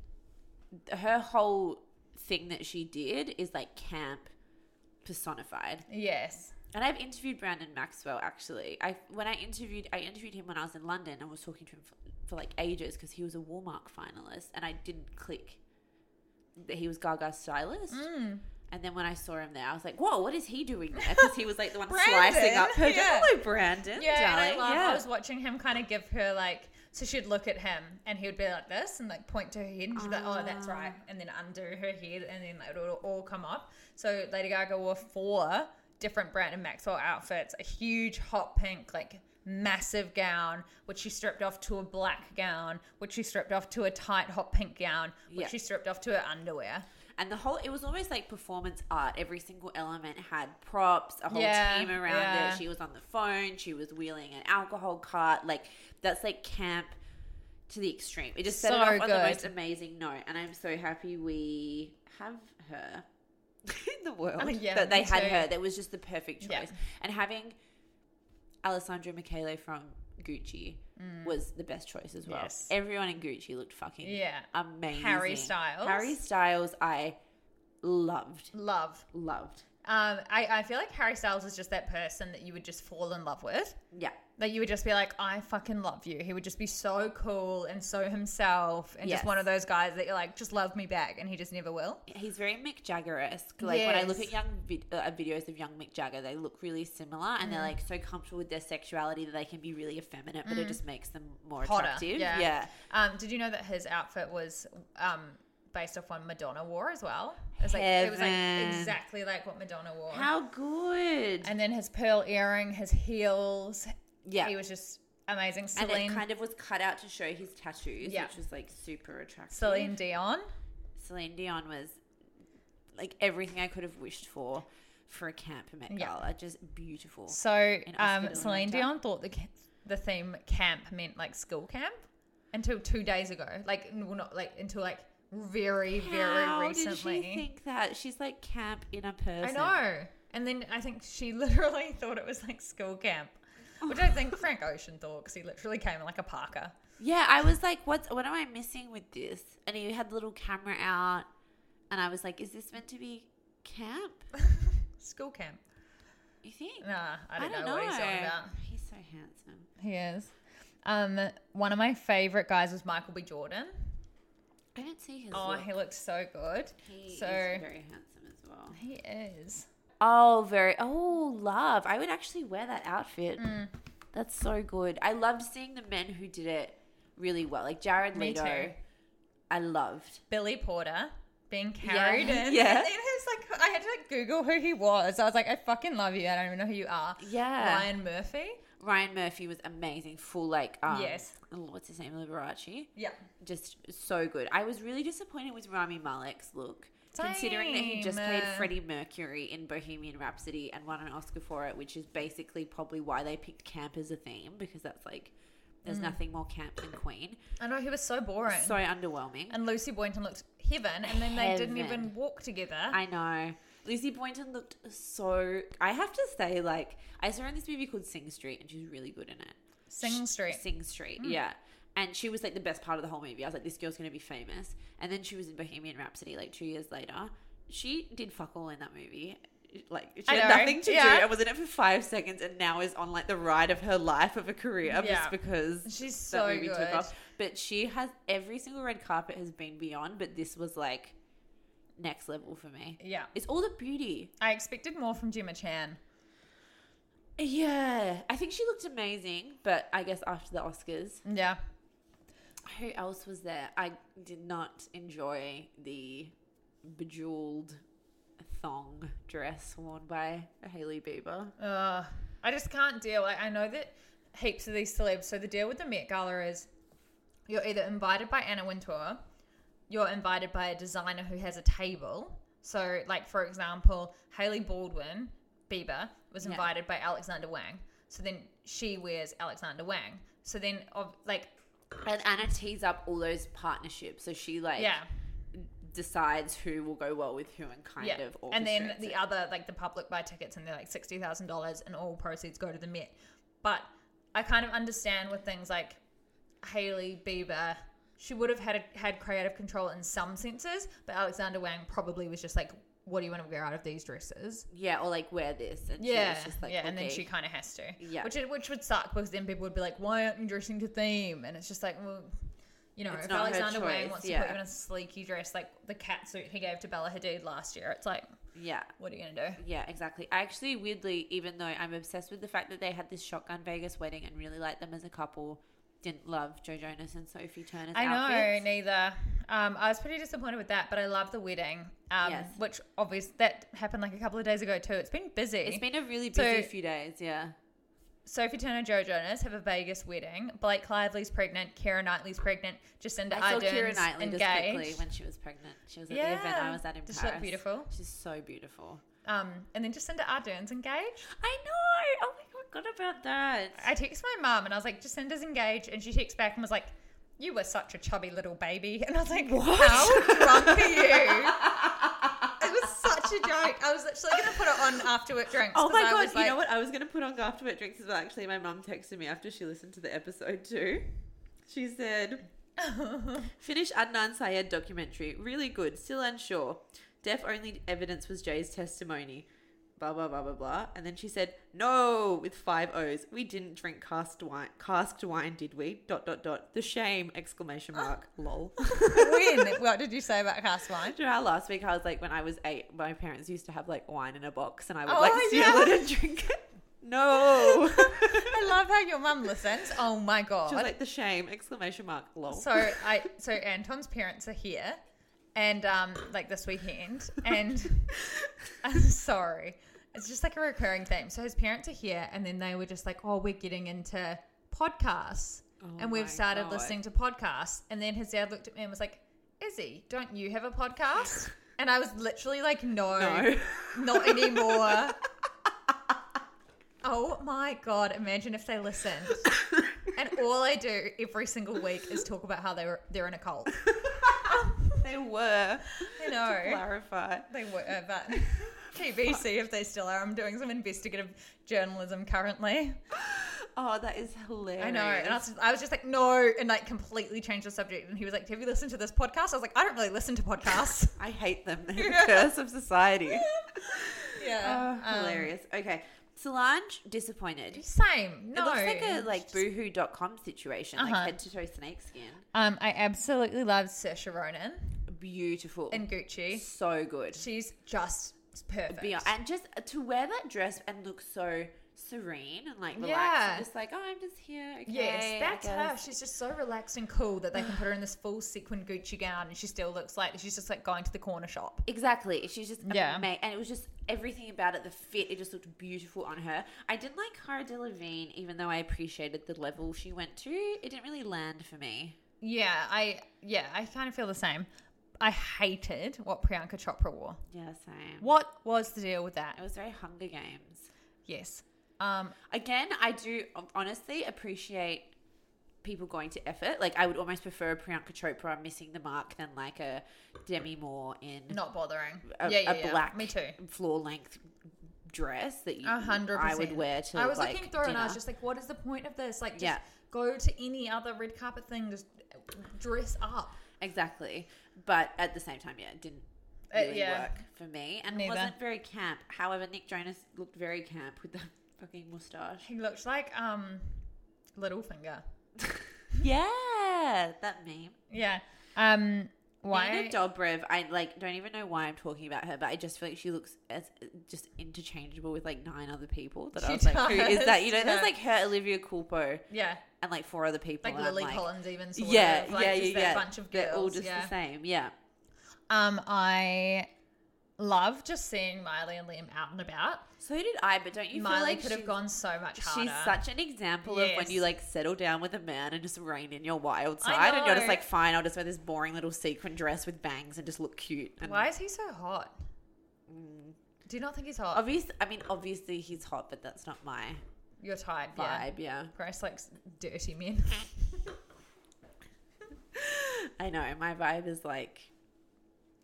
[SPEAKER 2] her whole thing that she did is like camp personified
[SPEAKER 1] Yes.
[SPEAKER 2] and i've interviewed brandon maxwell actually i when i interviewed i interviewed him when i was in london and was talking to him for, for like ages because he was a Walmart finalist and i didn't click that he was gaga's stylist
[SPEAKER 1] Mm.
[SPEAKER 2] And then when I saw him there, I was like, "Whoa, what is he doing there?" Because he was like the one
[SPEAKER 1] Brandon,
[SPEAKER 2] slicing up her.
[SPEAKER 1] yeah.
[SPEAKER 2] Hello, Brandon.
[SPEAKER 1] Yeah. And I
[SPEAKER 2] darling."
[SPEAKER 1] love.
[SPEAKER 2] yeah.
[SPEAKER 1] I was watching him kind of give her like. So she'd look at him, and he would be like this, and like point to her head, and she'd be like, "Oh, that's right,"
[SPEAKER 2] Ah.
[SPEAKER 1] and then undo her head, and then it would all come up. So Lady Gaga wore four different Brandon Maxwell outfits: a huge hot pink, like massive gown, which she stripped off to a black gown, which she stripped off to a tight hot pink gown, which
[SPEAKER 2] Yeah.
[SPEAKER 1] she stripped off to her underwear.
[SPEAKER 2] and the whole it was almost like performance art. Every single element had props, a whole
[SPEAKER 1] Yeah,
[SPEAKER 2] team around
[SPEAKER 1] yeah.
[SPEAKER 2] it. She was on the phone. She was wheeling an alcohol cart. Like that's like camp to the extreme. It just set
[SPEAKER 1] So
[SPEAKER 2] it off on the
[SPEAKER 1] good.
[SPEAKER 2] most amazing note, and I'm so happy we have her in the world.
[SPEAKER 1] Oh, yeah,
[SPEAKER 2] that they
[SPEAKER 1] me
[SPEAKER 2] had
[SPEAKER 1] too.
[SPEAKER 2] her. That was just the perfect choice.
[SPEAKER 1] Yeah.
[SPEAKER 2] And having Alessandro Michele from Gucci was the best choice as well.
[SPEAKER 1] Mm. Yes.
[SPEAKER 2] Everyone in Gucci looked fucking
[SPEAKER 1] Yeah.
[SPEAKER 2] amazing.
[SPEAKER 1] Harry Styles.
[SPEAKER 2] Harry Styles, I loved,
[SPEAKER 1] Love.
[SPEAKER 2] loved.
[SPEAKER 1] Um, I, I feel like Harry Styles is just that person that you would just fall in love with.
[SPEAKER 2] Yeah,
[SPEAKER 1] That you would just be like, I fucking love you. He would just be so cool and so himself and
[SPEAKER 2] Yes.
[SPEAKER 1] just one of those guys that you're like, just love me back. And he just never will.
[SPEAKER 2] he's very Mick Jagger esque. Like when I look
[SPEAKER 1] Yes.
[SPEAKER 2] at young vid- uh, videos of young Mick Jagger, they look really similar, and
[SPEAKER 1] Mm.
[SPEAKER 2] they're like so comfortable with their sexuality that they can be really effeminate, but it just makes them more
[SPEAKER 1] Mm. Hotter.
[SPEAKER 2] attractive.
[SPEAKER 1] Yeah. Um, did you know that his outfit was um, based off one Madonna wore as well? It was like, it was like
[SPEAKER 2] Heaven.
[SPEAKER 1] exactly like what Madonna wore.
[SPEAKER 2] how good.
[SPEAKER 1] and then his pearl earring, his heels.
[SPEAKER 2] Yeah.
[SPEAKER 1] He was just amazing.
[SPEAKER 2] and
[SPEAKER 1] Celine,
[SPEAKER 2] it kind of was cut out to show his tattoos,
[SPEAKER 1] Yeah.
[SPEAKER 2] which was like super attractive.
[SPEAKER 1] Celine Dion.
[SPEAKER 2] Celine Dion was like everything I could have wished for for a camp Met
[SPEAKER 1] Yeah.
[SPEAKER 2] Gala. Just beautiful.
[SPEAKER 1] So
[SPEAKER 2] Oscar
[SPEAKER 1] um,
[SPEAKER 2] winner.
[SPEAKER 1] Celine Dion thought the ca- the theme camp meant like school camp until two days ago. Like n- well, not like until like very
[SPEAKER 2] How
[SPEAKER 1] very
[SPEAKER 2] did she
[SPEAKER 1] recently.
[SPEAKER 2] think that? She's like camp in a
[SPEAKER 1] I
[SPEAKER 2] person.
[SPEAKER 1] know. And then I think she literally thought it was like school camp, which I think Frank Ocean thought because he literally came in like a Parker.
[SPEAKER 2] Yeah, I was like, what's what am I missing with this? And he had the little camera out, and I was like, is this meant to be camp?
[SPEAKER 1] School camp.
[SPEAKER 2] You think?
[SPEAKER 1] Nah, I don't, know, what he's talking about.
[SPEAKER 2] He's so handsome.
[SPEAKER 1] He is. Um, one of my favorite guys was Michael B. Jordan.
[SPEAKER 2] I didn't see his.
[SPEAKER 1] Oh,
[SPEAKER 2] look.
[SPEAKER 1] he looked so good.
[SPEAKER 2] He
[SPEAKER 1] so
[SPEAKER 2] is very handsome as well.
[SPEAKER 1] he is.
[SPEAKER 2] Oh, very. Oh, love. I would actually wear that outfit.
[SPEAKER 1] Mm.
[SPEAKER 2] That's so good. I loved seeing the men who did it really well. Like Jared
[SPEAKER 1] Me
[SPEAKER 2] Leto.
[SPEAKER 1] too.
[SPEAKER 2] I loved.
[SPEAKER 1] Billy Porter being carried
[SPEAKER 2] Yeah,
[SPEAKER 1] in.
[SPEAKER 2] yeah.
[SPEAKER 1] And then it's like I had to like Google who he was. I was like, I fucking love you. I don't even know who you are.
[SPEAKER 2] Yeah.
[SPEAKER 1] Ryan Murphy.
[SPEAKER 2] Ryan Murphy was amazing. Full like um
[SPEAKER 1] Yes.
[SPEAKER 2] what's his name? Liberace.
[SPEAKER 1] Yeah.
[SPEAKER 2] Just so good. I was really disappointed with Rami Malek's look. Considering that he just
[SPEAKER 1] Same.
[SPEAKER 2] played Freddie Mercury in Bohemian Rhapsody and won an Oscar for it, which is basically probably why they picked camp as a theme because that's like
[SPEAKER 1] Mm.
[SPEAKER 2] there's nothing more camp than Queen.
[SPEAKER 1] I know he was so boring.
[SPEAKER 2] So underwhelming.
[SPEAKER 1] and Lucy Boynton looked heaven, and then they didn't
[SPEAKER 2] Heaven.
[SPEAKER 1] even walk together.
[SPEAKER 2] I know. Lucy Boynton looked so. I have to say, like, I saw her in this movie called Sing Street, and she's really good in it.
[SPEAKER 1] Sing Street. Mm.
[SPEAKER 2] Sing Street, yeah. And she was like the best part of the whole movie. I was like, this girl's gonna be famous. And then she was in Bohemian Rhapsody like two years later. She did fuck all in that movie. Like she
[SPEAKER 1] I
[SPEAKER 2] had
[SPEAKER 1] know,
[SPEAKER 2] nothing to
[SPEAKER 1] yeah.
[SPEAKER 2] do. I was in it for five seconds, and now is on like the ride of her life of a career
[SPEAKER 1] Yeah.
[SPEAKER 2] just because
[SPEAKER 1] She's so good.
[SPEAKER 2] But she has every single red carpet has been beyond. But this was like next level for me.
[SPEAKER 1] Yeah.
[SPEAKER 2] It's all the beauty.
[SPEAKER 1] I expected more from Gemma Chan.
[SPEAKER 2] Yeah. I think she looked amazing, but I guess after the Oscars.
[SPEAKER 1] Yeah.
[SPEAKER 2] Who else was there? I did not enjoy the bejeweled thong dress worn by Hailey Bieber.
[SPEAKER 1] Ugh. I just can't deal. Like, I know that heaps of these celebs. So the deal with the Met Gala is you're either invited by Anna Wintour, you're invited by a designer who has a table. So, like for example, Haley Baldwin Bieber was
[SPEAKER 2] Yeah.
[SPEAKER 1] invited by Alexander Wang. So then she wears Alexander Wang. So then, of like,
[SPEAKER 2] And Anna tees up all those partnerships. So she like
[SPEAKER 1] yeah,
[SPEAKER 2] decides who will go well with who and kind
[SPEAKER 1] yeah.
[SPEAKER 2] of orchestrates
[SPEAKER 1] And then the
[SPEAKER 2] it.
[SPEAKER 1] other, like, the public buy tickets and they're like sixty thousand dollars, and all proceeds go to the Met. But I kind of understand with things like Haley Bieber, she would have had had creative control in some senses, but Alexander Wang probably was just like, "What do you want to wear out of these dresses?"
[SPEAKER 2] Yeah, or like wear this and
[SPEAKER 1] Yeah,
[SPEAKER 2] she was just like
[SPEAKER 1] yeah, and then
[SPEAKER 2] okay.
[SPEAKER 1] she kind of has to,
[SPEAKER 2] Yeah.
[SPEAKER 1] which it- which would suck because then people would be like, "Why aren't you dressing to theme?" And it's just like, well, you know,
[SPEAKER 2] It's
[SPEAKER 1] if
[SPEAKER 2] not her
[SPEAKER 1] Alexander Wang
[SPEAKER 2] choice,
[SPEAKER 1] wants to
[SPEAKER 2] yeah.
[SPEAKER 1] put you in a sleeky dress like the cat suit he gave to Bella Hadid last year, it's like,
[SPEAKER 2] Yeah.
[SPEAKER 1] what are you gonna do?
[SPEAKER 2] Yeah, exactly. I actually, weirdly, even though I'm obsessed with the fact that they had this shotgun Vegas wedding and really liked them as a couple, didn't love Joe Jonas and Sophie Turner's
[SPEAKER 1] I know,
[SPEAKER 2] outfits.
[SPEAKER 1] neither. Um, I was pretty disappointed with that, but I love the wedding, um,
[SPEAKER 2] Yes.
[SPEAKER 1] which obvious that happened like a couple of days ago too. It's been busy.
[SPEAKER 2] It's been a really busy
[SPEAKER 1] So-
[SPEAKER 2] few days, yeah.
[SPEAKER 1] Sophie Turner, Joe Jonas have a Vegas wedding. Blake Lively's pregnant. Kira Knightley's pregnant. Jacinda
[SPEAKER 2] I saw
[SPEAKER 1] Ardern's
[SPEAKER 2] Kira Knightley
[SPEAKER 1] engaged.
[SPEAKER 2] just quickly when she was pregnant. She was at the event I
[SPEAKER 1] Yeah.
[SPEAKER 2] was at in
[SPEAKER 1] Does she look
[SPEAKER 2] Paris.
[SPEAKER 1] beautiful?
[SPEAKER 2] She's so beautiful.
[SPEAKER 1] um, and then Jacinda Ardern's engaged.
[SPEAKER 2] I know. Oh my god, forgot about that.
[SPEAKER 1] I texted my mum and I was like, Jacinda's engaged. And she texts back and was like, You were such a chubby little baby. And I was like, How drunk are you? it was such a joke. I was literally going to put it on after work drinks.
[SPEAKER 2] Oh
[SPEAKER 1] 'cause
[SPEAKER 2] my
[SPEAKER 1] I
[SPEAKER 2] god,
[SPEAKER 1] was
[SPEAKER 2] you know
[SPEAKER 1] like-
[SPEAKER 2] what? I was going to put on after work drinks as well. Actually, my mum texted me after she listened to the episode too. She said, Finish Adnan Syed documentary. Really good. Still unsure. Deaf only evidence was Jay's testimony. Blah, blah, blah, blah, blah. And then she said, No, with five O's. We didn't drink cast wine, casked wine, did we? Dot, dot, dot. The shame! Exclamation mark. Lol.
[SPEAKER 1] When? What did you say about cast wine?
[SPEAKER 2] After our last week, I was like, when I was eight, my parents used to have like wine in a box, and I would
[SPEAKER 1] Oh,
[SPEAKER 2] like steal
[SPEAKER 1] yeah.
[SPEAKER 2] it and drink it. No,
[SPEAKER 1] I love how your mum listens. Oh my God.
[SPEAKER 2] she was like the shame! Exclamation mark. Lol.
[SPEAKER 1] so I so Anton's parents are here and um like this weekend and I'm sorry. It's just like a recurring theme. So his parents are here and then they were just like, Oh, we're getting into podcasts and we've
[SPEAKER 2] Oh my
[SPEAKER 1] started
[SPEAKER 2] God.
[SPEAKER 1] listening to podcasts and then his dad looked at me and was like, Izzy, don't you have a podcast? And I was literally like, No,
[SPEAKER 2] No.
[SPEAKER 1] not anymore. oh my god, imagine if they listened. And all I do every single week is talk about how they were they're in a cult.
[SPEAKER 2] they were.
[SPEAKER 1] I
[SPEAKER 2] To
[SPEAKER 1] know
[SPEAKER 2] clarify.
[SPEAKER 1] they were, uh, but TBC if they still are. I'm doing some investigative journalism currently.
[SPEAKER 2] Oh, that is hilarious.
[SPEAKER 1] I know, and I was, I was just like, no, and like completely changed the subject. And he was like, "Have you listened to this podcast?" I was like, "I don't really listen to podcasts."
[SPEAKER 2] I hate them. They're the curse of society.
[SPEAKER 1] yeah,
[SPEAKER 2] Oh,
[SPEAKER 1] Um,
[SPEAKER 2] hilarious. Okay, Solange disappointed.
[SPEAKER 1] Same. No, Uh-huh.
[SPEAKER 2] It looks like a like boohoo.com situation, like head to toe snake skin.
[SPEAKER 1] Um, I absolutely love Saoirse Ronan
[SPEAKER 2] Beautiful.
[SPEAKER 1] and Gucci.
[SPEAKER 2] so good.
[SPEAKER 1] She's just perfect.
[SPEAKER 2] beyond and just to wear that dress and look so serene and like relaxed
[SPEAKER 1] Yeah.
[SPEAKER 2] and just like oh i'm just here okay I
[SPEAKER 1] Yes, that's her.
[SPEAKER 2] guess."
[SPEAKER 1] She's just so relaxed and cool that they can put her in this full sequin Gucci gown, and she still looks like she's just like going to the corner shop.
[SPEAKER 2] exactly she's just
[SPEAKER 1] Yeah.
[SPEAKER 2] yeah and it was just everything about it the fit it just looked beautiful on her i didn't like cara delevingne even though i appreciated the level she went to it didn't really land for me
[SPEAKER 1] Yeah, I yeah, I kind of feel the same. I hated what Priyanka Chopra wore.
[SPEAKER 2] yeah same
[SPEAKER 1] What was the deal with that?
[SPEAKER 2] it was very hunger games
[SPEAKER 1] Yes. Um,
[SPEAKER 2] again i do honestly appreciate people going to effort like i would almost prefer a priyanka chopra missing the mark than like a demi moore in
[SPEAKER 1] not bothering.
[SPEAKER 2] a,
[SPEAKER 1] yeah, yeah,
[SPEAKER 2] a
[SPEAKER 1] yeah.
[SPEAKER 2] black
[SPEAKER 1] Me too.
[SPEAKER 2] floor length dress that you
[SPEAKER 1] A hundred
[SPEAKER 2] I
[SPEAKER 1] percent.
[SPEAKER 2] would wear to
[SPEAKER 1] I was
[SPEAKER 2] like,
[SPEAKER 1] looking through and I was
[SPEAKER 2] dinner.
[SPEAKER 1] just like, what is the point of this? Like, just
[SPEAKER 2] Yeah.
[SPEAKER 1] go to any other red carpet thing. Just dress up.
[SPEAKER 2] exactly but at the same time yeah it didn't
[SPEAKER 1] Uh,
[SPEAKER 2] really
[SPEAKER 1] yeah.
[SPEAKER 2] work for me and
[SPEAKER 1] Neither.
[SPEAKER 2] wasn't very camp however Nick Jonas looked very camp with the fucking mustache
[SPEAKER 1] He looks like um, Littlefinger.
[SPEAKER 2] yeah that meme
[SPEAKER 1] Yeah. Um, why?
[SPEAKER 2] Nina Dobrev, I like don't even know why I'm talking about her, but I just feel like she looks as just interchangeable with like nine other people. That I
[SPEAKER 1] She
[SPEAKER 2] was like, who is
[SPEAKER 1] does,
[SPEAKER 2] that? You know,
[SPEAKER 1] yeah.
[SPEAKER 2] there's like her, Olivia Culpo,
[SPEAKER 1] yeah.
[SPEAKER 2] and like four other people.
[SPEAKER 1] Like
[SPEAKER 2] and I'm
[SPEAKER 1] Lily Collins, even sort
[SPEAKER 2] yeah,
[SPEAKER 1] of. Like,
[SPEAKER 2] yeah,
[SPEAKER 1] just
[SPEAKER 2] yeah,
[SPEAKER 1] that
[SPEAKER 2] yeah.
[SPEAKER 1] bunch of
[SPEAKER 2] They're all
[SPEAKER 1] girls,
[SPEAKER 2] just
[SPEAKER 1] yeah.
[SPEAKER 2] the same. Yeah,
[SPEAKER 1] Um, I love just seeing Miley and Liam out and about.
[SPEAKER 2] so did I. But don't you
[SPEAKER 1] Miley
[SPEAKER 2] feel like
[SPEAKER 1] could have
[SPEAKER 2] she-
[SPEAKER 1] gone so much harder.
[SPEAKER 2] She's such an example of
[SPEAKER 1] Yes.
[SPEAKER 2] when you like settle down with a man and just reign in your wild side, and you're
[SPEAKER 1] know.
[SPEAKER 2] just like, fine, I'll just wear this boring little sequin dress with bangs and just look cute. And
[SPEAKER 1] Why is he so hot?
[SPEAKER 2] Mm.
[SPEAKER 1] Do you not think he's hot?
[SPEAKER 2] Obviously, I mean, obviously he's hot, but that's not my
[SPEAKER 1] Your type, yeah.
[SPEAKER 2] vibe. Yeah,
[SPEAKER 1] Grace likes dirty men.
[SPEAKER 2] I know my vibe is like.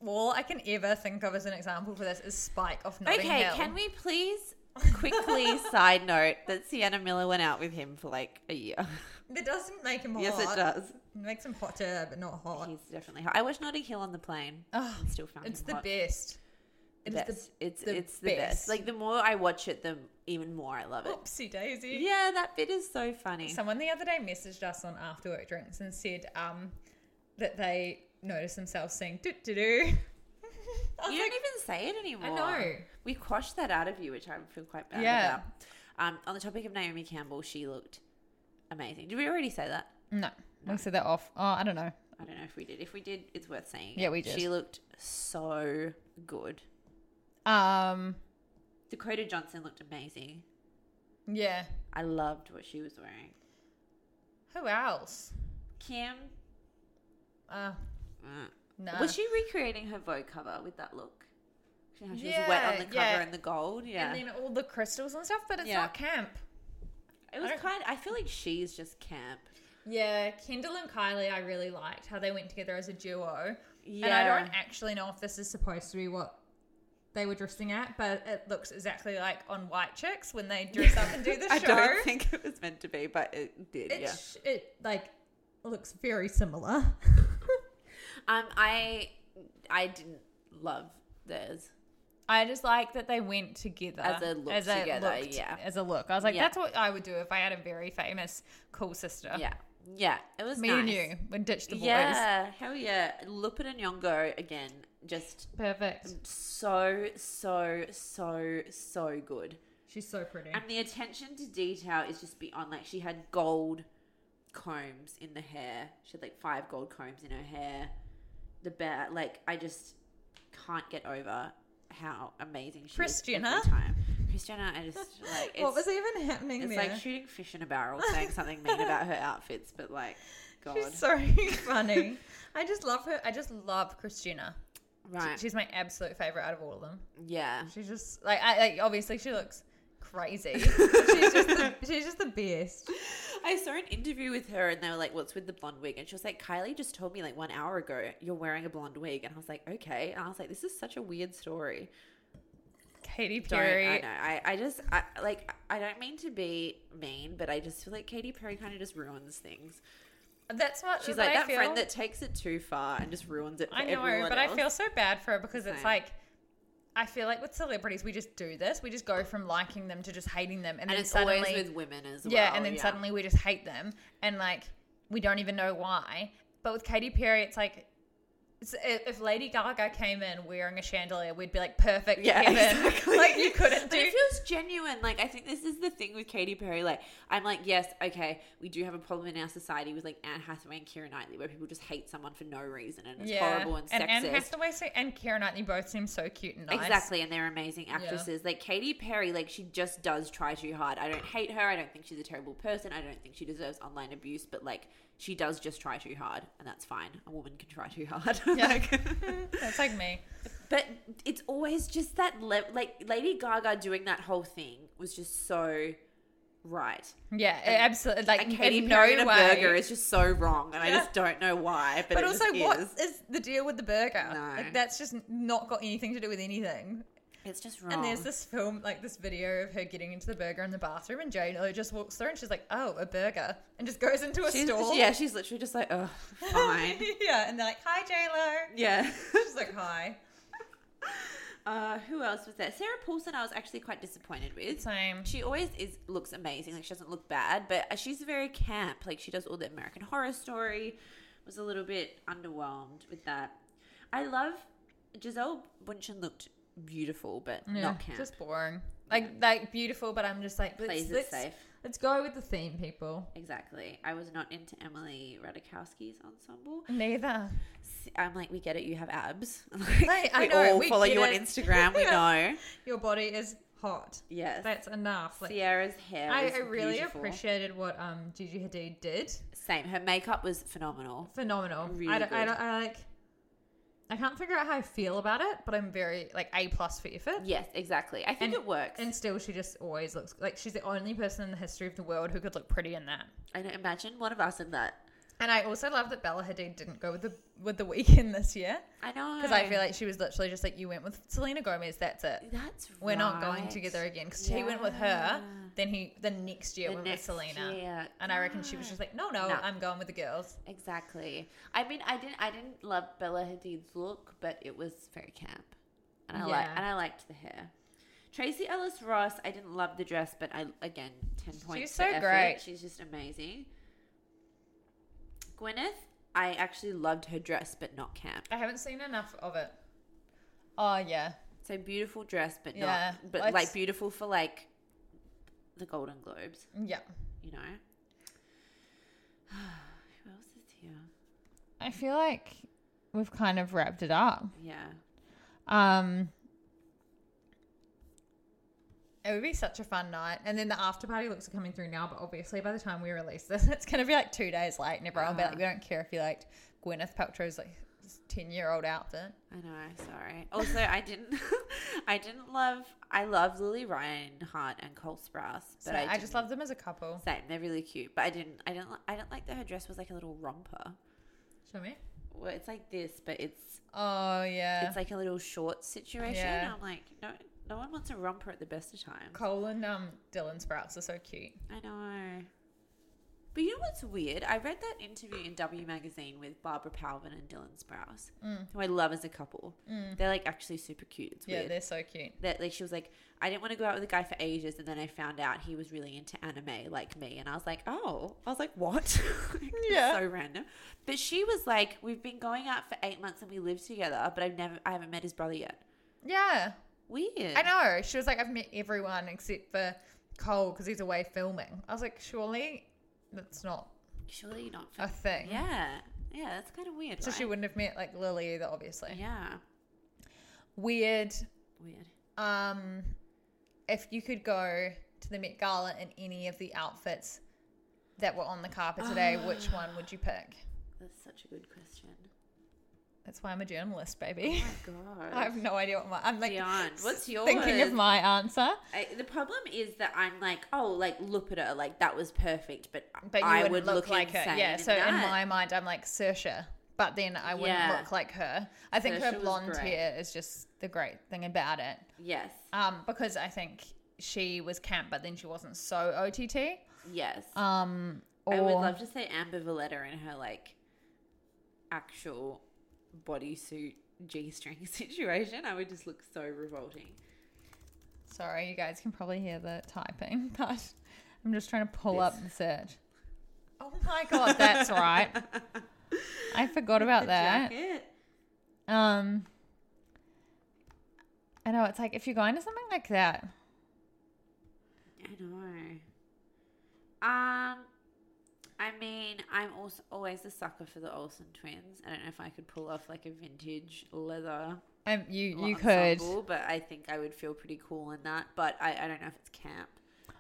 [SPEAKER 1] All I can ever think of as an example for this is Spike off Notting
[SPEAKER 2] okay,
[SPEAKER 1] Hill.
[SPEAKER 2] can we please? Quickly, side note that Sienna Miller went out with him for like a year.
[SPEAKER 1] That doesn't make him hot.
[SPEAKER 2] yes, it does.
[SPEAKER 1] It makes him hotter, but not hot.
[SPEAKER 2] He's definitely hot. I watched Notting Hill on the plane.
[SPEAKER 1] Oh,
[SPEAKER 2] and still found
[SPEAKER 1] it's
[SPEAKER 2] him
[SPEAKER 1] the
[SPEAKER 2] hot.
[SPEAKER 1] best. It is
[SPEAKER 2] Best. it's it's the best. Like the more I watch it, the even more I love it.
[SPEAKER 1] Oopsie daisy.
[SPEAKER 2] Yeah, that bit is so funny.
[SPEAKER 1] Someone the other day messaged us on After Work Drinks and said um, that they noticed themselves saying doo doo doo. I was
[SPEAKER 2] you
[SPEAKER 1] like,
[SPEAKER 2] don't even say it anymore.
[SPEAKER 1] know.
[SPEAKER 2] We quashed that out of you, which I feel quite bad
[SPEAKER 1] Yeah.
[SPEAKER 2] about. Um, on the topic of Naomi Campbell, she looked amazing. Did we already say that?
[SPEAKER 1] No, we said that off. Oh, I don't know.
[SPEAKER 2] I don't know if we did. If we did, it's worth saying. it.
[SPEAKER 1] Yeah, we did.
[SPEAKER 2] She looked so good.
[SPEAKER 1] Um,
[SPEAKER 2] Dakota Johnson looked amazing.
[SPEAKER 1] Yeah.
[SPEAKER 2] I loved what she was wearing.
[SPEAKER 1] Who else?
[SPEAKER 2] Kim,
[SPEAKER 1] Uh,
[SPEAKER 2] mm.
[SPEAKER 1] no.
[SPEAKER 2] was she recreating her Vogue cover with that look? She, how she was wet on
[SPEAKER 1] Yeah,
[SPEAKER 2] the cover
[SPEAKER 1] yeah.
[SPEAKER 2] and the gold. Yeah,
[SPEAKER 1] And then all the crystals and stuff, but it's
[SPEAKER 2] Yeah.
[SPEAKER 1] not camp.
[SPEAKER 2] it was
[SPEAKER 1] I don't-
[SPEAKER 2] kind. I feel like she's just camp.
[SPEAKER 1] Yeah, Kendall and Kylie, I really liked how they went together as a duo. And I
[SPEAKER 2] Yeah.
[SPEAKER 1] don't actually know if this is supposed to be what they were dressing at, but it looks exactly like on White Chicks when they dress up and do the show.
[SPEAKER 2] I don't think it was meant to be, but it did.
[SPEAKER 1] it,
[SPEAKER 2] yeah.
[SPEAKER 1] sh- it like looks very similar.
[SPEAKER 2] Um, I I didn't love theirs.
[SPEAKER 1] I just like that they went together
[SPEAKER 2] As a look together,
[SPEAKER 1] looked-
[SPEAKER 2] yeah.
[SPEAKER 1] as a look. I was like,
[SPEAKER 2] Yeah.
[SPEAKER 1] that's what I would do if I had a very famous cool sister.
[SPEAKER 2] Yeah, yeah, it was
[SPEAKER 1] me
[SPEAKER 2] nice.
[SPEAKER 1] and you would ditch the boys.
[SPEAKER 2] Yeah, hell yeah, Lupin and Yongo again, just
[SPEAKER 1] perfect.
[SPEAKER 2] so so so so good.
[SPEAKER 1] She's so pretty.
[SPEAKER 2] And the attention to detail is just beyond. Like she had gold combs in the hair. She had like five gold combs in her hair. The bear, like I just can't get over how amazing she
[SPEAKER 1] Kris
[SPEAKER 2] is every
[SPEAKER 1] Jenner?
[SPEAKER 2] time. Kris Jenner, I just like it's,
[SPEAKER 1] what was even happening
[SPEAKER 2] It's
[SPEAKER 1] there?
[SPEAKER 2] like shooting fish in a barrel, saying something mean about her outfits, but like, God,
[SPEAKER 1] She's so funny. I just love her. I just love Christina.
[SPEAKER 2] right?
[SPEAKER 1] She's my absolute favorite out of all of them.
[SPEAKER 2] yeah,
[SPEAKER 1] She's just like, I, like obviously she looks crazy. she's just the, she's just the best.
[SPEAKER 2] I saw an interview with her and they were like, What's with the blonde wig? And she was like, Kylie just told me like one hour ago you're wearing a blonde wig. And I was like, Okay. And I was like, This is such a weird story.
[SPEAKER 1] Katy
[SPEAKER 2] Don't, I
[SPEAKER 1] Perry.
[SPEAKER 2] know. I, I just, I, like, I don't mean to be mean, but I just feel like Katy Perry kind of just ruins things.
[SPEAKER 1] That's what
[SPEAKER 2] She's like
[SPEAKER 1] I
[SPEAKER 2] that
[SPEAKER 1] feel.
[SPEAKER 2] friend that takes it too far and just ruins it for
[SPEAKER 1] I know,
[SPEAKER 2] everyone
[SPEAKER 1] but I
[SPEAKER 2] else.
[SPEAKER 1] feel so bad for her because it's
[SPEAKER 2] Same.
[SPEAKER 1] like I feel like with celebrities we just do this. We just go from liking them to just hating them, and,
[SPEAKER 2] And
[SPEAKER 1] then
[SPEAKER 2] it's
[SPEAKER 1] suddenly,
[SPEAKER 2] always with women as well.
[SPEAKER 1] yeah, and then suddenly we just hate them, and like we don't even know why. But with Katy Perry, it's like. it's- i- If Lady Gaga came in wearing a chandelier, we'd be like, perfect,
[SPEAKER 2] Yeah,
[SPEAKER 1] heaven.
[SPEAKER 2] exactly.
[SPEAKER 1] Like, you couldn't
[SPEAKER 2] But
[SPEAKER 1] do.
[SPEAKER 2] it feels genuine. Like I think this is the thing with Katy Perry. Like I'm like, yes, okay, we do have a problem in our society with like Anne Hathaway and Keira Knightley, where people just hate someone for no reason and it's horrible and,
[SPEAKER 1] and Anne
[SPEAKER 2] sexist.
[SPEAKER 1] Hathaway se- and Keira Knightley both seem so cute and nice.
[SPEAKER 2] Exactly, and they're amazing actresses. Like Katy Perry, like she just does try too hard. I don't hate her. I don't think she's a terrible person. I don't think she deserves online abuse, but like she does just try too hard, and that's fine. A woman can try too hard.
[SPEAKER 1] Yeah.
[SPEAKER 2] Like-
[SPEAKER 1] That's like me.
[SPEAKER 2] But it's always just that le- like Lady Gaga doing that whole thing was just so right.
[SPEAKER 1] Yeah, absolutely. Like,
[SPEAKER 2] And Katy
[SPEAKER 1] in
[SPEAKER 2] Perry
[SPEAKER 1] no
[SPEAKER 2] and a
[SPEAKER 1] way.
[SPEAKER 2] burger is just so wrong, and I
[SPEAKER 1] Yeah.
[SPEAKER 2] just don't know why. But,
[SPEAKER 1] But
[SPEAKER 2] it
[SPEAKER 1] also,
[SPEAKER 2] just
[SPEAKER 1] what
[SPEAKER 2] is.
[SPEAKER 1] is the deal with the burger?
[SPEAKER 2] No.
[SPEAKER 1] Like, that's just not got anything to do with anything.
[SPEAKER 2] It's just wrong.
[SPEAKER 1] And there's this film, like this video of her getting into the burger in the bathroom, and J Lo just walks through, and she's like, "Oh, a burger," and just goes into a
[SPEAKER 2] She's-
[SPEAKER 1] stall.
[SPEAKER 2] Yeah, she's literally just like, oh, fine.
[SPEAKER 1] yeah. And they're like, "Hi, J Lo."
[SPEAKER 2] yeah.
[SPEAKER 1] She's like, "Hi."
[SPEAKER 2] Uh, who else was there? Sarah Paulson. I was actually quite disappointed with.
[SPEAKER 1] Same.
[SPEAKER 2] She always is looks amazing. Like she doesn't look bad, but uh, she's very camp. Like she does all the American Horror Story. Was a little bit underwhelmed with that. I love Giselle Bundchen looked beautiful, but
[SPEAKER 1] Yeah,
[SPEAKER 2] not camp.
[SPEAKER 1] just boring. Like, like beautiful, but I'm just like, let's,
[SPEAKER 2] Plays it
[SPEAKER 1] let's,
[SPEAKER 2] safe.
[SPEAKER 1] let's go with the theme, people.
[SPEAKER 2] Exactly. I was not into Emily Radikowski's ensemble.
[SPEAKER 1] Neither.
[SPEAKER 2] I'm like, we get it. You have abs.
[SPEAKER 1] Like, I
[SPEAKER 2] we
[SPEAKER 1] know,
[SPEAKER 2] all
[SPEAKER 1] we
[SPEAKER 2] follow
[SPEAKER 1] get
[SPEAKER 2] you on
[SPEAKER 1] it.
[SPEAKER 2] Instagram. We
[SPEAKER 1] Yeah.
[SPEAKER 2] know.
[SPEAKER 1] Your body is hot.
[SPEAKER 2] Yes.
[SPEAKER 1] That's enough. Like,
[SPEAKER 2] Sierra's hair.
[SPEAKER 1] I,
[SPEAKER 2] is
[SPEAKER 1] I really
[SPEAKER 2] beautiful.
[SPEAKER 1] appreciated what um Gigi Hadid did.
[SPEAKER 2] Same. Her makeup was phenomenal.
[SPEAKER 1] phenomenal.
[SPEAKER 2] Really
[SPEAKER 1] I, don't, I,
[SPEAKER 2] good.
[SPEAKER 1] don't, I like. I can't figure out how I feel about it, but I'm very like a plus for effort.
[SPEAKER 2] Yes, exactly. I think it works.
[SPEAKER 1] And still, she just always looks like she's the only person in the history of the world who could look pretty in that.
[SPEAKER 2] And imagine one of us in that.
[SPEAKER 1] And I also love that Bella Hadid didn't go with the with the weekend this year
[SPEAKER 2] I know.
[SPEAKER 1] because I feel like she was literally just like you went with Selena Gomez. That's it.
[SPEAKER 2] that's
[SPEAKER 1] We're not going
[SPEAKER 2] right.
[SPEAKER 1] together again because he went with her. Then he the next year
[SPEAKER 2] The
[SPEAKER 1] went
[SPEAKER 2] next
[SPEAKER 1] with Selena,
[SPEAKER 2] year.
[SPEAKER 1] and I reckon she was just like, no, no,
[SPEAKER 2] No.
[SPEAKER 1] I'm going with the girls.
[SPEAKER 2] Exactly. I mean, I didn't. I didn't love Bella Hadid's look, but it was very camp, and I like.
[SPEAKER 1] Yeah.
[SPEAKER 2] And I liked the hair. Tracy Ellis Ross. I didn't love the dress, but I again ten points.
[SPEAKER 1] She's
[SPEAKER 2] for
[SPEAKER 1] so
[SPEAKER 2] effort.
[SPEAKER 1] great.
[SPEAKER 2] She's just amazing. Gwyneth. I actually loved her dress, but not camp.
[SPEAKER 1] I haven't seen enough of it. Oh yeah,
[SPEAKER 2] So beautiful dress, but
[SPEAKER 1] Yeah.
[SPEAKER 2] not. But
[SPEAKER 1] Let's-
[SPEAKER 2] like beautiful for like the Golden Globes.
[SPEAKER 1] yeah.
[SPEAKER 2] you know. Who else is here?
[SPEAKER 1] I feel like we've kind of wrapped it up.
[SPEAKER 2] Yeah.
[SPEAKER 1] Um It would be such a fun night. And then the after party looks are coming through now, but obviously by the time we release this, it's going to be like two days late, and everyone will be like, we don't care if you liked Gwyneth Paltrow's like 10 year old outfit.
[SPEAKER 2] I know, sorry. Also, I didn't, I didn't love. I love Lily Reinhardt and Cole Sprouse,
[SPEAKER 1] So
[SPEAKER 2] but
[SPEAKER 1] I,
[SPEAKER 2] I,
[SPEAKER 1] just love them as a couple.
[SPEAKER 2] Same, they're really cute, but I didn't. I didn't. li- I didn't like that her dress was like a little romper.
[SPEAKER 1] Show me.
[SPEAKER 2] Well, it's like this, but it's
[SPEAKER 1] Oh, yeah.
[SPEAKER 2] it's like a little short situation.
[SPEAKER 1] Yeah.
[SPEAKER 2] I'm like, no, no one wants a romper at the best of times.
[SPEAKER 1] Cole and um, Dylan Sprouts are so cute.
[SPEAKER 2] I know. But you know what's weird? I read that interview in W magazine with Barbara Palvin and Dylan Sprouse, who I love as a couple. They're like actually super cute. It's
[SPEAKER 1] Mm. Yeah,
[SPEAKER 2] weird.
[SPEAKER 1] they're so cute.
[SPEAKER 2] that like she was like I didn't want to go out with a guy for ages and then I found out he was really into anime like me and I was like oh I was like what Like,
[SPEAKER 1] Yeah.
[SPEAKER 2] so random but she was like we've been going out for eight months and we live together but I've never I haven't met his brother yet
[SPEAKER 1] Yeah.
[SPEAKER 2] weird
[SPEAKER 1] I know. She was like, I've met everyone except for Cole because he's away filming. I was like, surely that's not.
[SPEAKER 2] surely you're not
[SPEAKER 1] A thing.
[SPEAKER 2] yeah yeah that's kind of weird
[SPEAKER 1] So she
[SPEAKER 2] right?
[SPEAKER 1] wouldn't have met like Lily either, obviously.
[SPEAKER 2] yeah
[SPEAKER 1] Weird.
[SPEAKER 2] weird
[SPEAKER 1] Um, if you could go to the Met Gala in any of the outfits that were on the carpet today,
[SPEAKER 2] Ah.
[SPEAKER 1] which one would you pick?
[SPEAKER 2] that's such a good question
[SPEAKER 1] That's why I'm a journalist,
[SPEAKER 2] oh
[SPEAKER 1] baby.
[SPEAKER 2] my god
[SPEAKER 1] I have no idea what my. I'm like
[SPEAKER 2] Dion, what's
[SPEAKER 1] thinking of
[SPEAKER 2] yours?
[SPEAKER 1] my answer.
[SPEAKER 2] I, the problem is that I'm like, oh, like look at her, like that was perfect, but,
[SPEAKER 1] But you
[SPEAKER 2] I
[SPEAKER 1] wouldn't
[SPEAKER 2] would
[SPEAKER 1] look,
[SPEAKER 2] look,
[SPEAKER 1] like her.
[SPEAKER 2] insane
[SPEAKER 1] Yeah. So in
[SPEAKER 2] that.
[SPEAKER 1] my mind, I'm like Sersha, but then I wouldn't
[SPEAKER 2] Yeah.
[SPEAKER 1] look like her. I think
[SPEAKER 2] Saoirse
[SPEAKER 1] her
[SPEAKER 2] was
[SPEAKER 1] blonde
[SPEAKER 2] great.
[SPEAKER 1] hair is just the great thing about it.
[SPEAKER 2] Yes.
[SPEAKER 1] Um, because I think she was camp, but then she wasn't so OTT.
[SPEAKER 2] Yes.
[SPEAKER 1] Um, or
[SPEAKER 2] I would love to say Amber Valletta in her like actual bodysuit G string situation. I would just look so revolting.
[SPEAKER 1] Sorry, you guys can probably hear the typing, but I'm just trying to pull up the search. Oh my god, that's right. I forgot about
[SPEAKER 2] The
[SPEAKER 1] that.
[SPEAKER 2] jacket.
[SPEAKER 1] Um, I know it's like if you're going to something like that,
[SPEAKER 2] I know. Um I mean, I'm also always a sucker for the Olsen twins. I don't know if I could pull off like a vintage leather
[SPEAKER 1] um, you you could.
[SPEAKER 2] ensemble, but I think I would feel pretty cool in that. But I, I don't know if it's camp.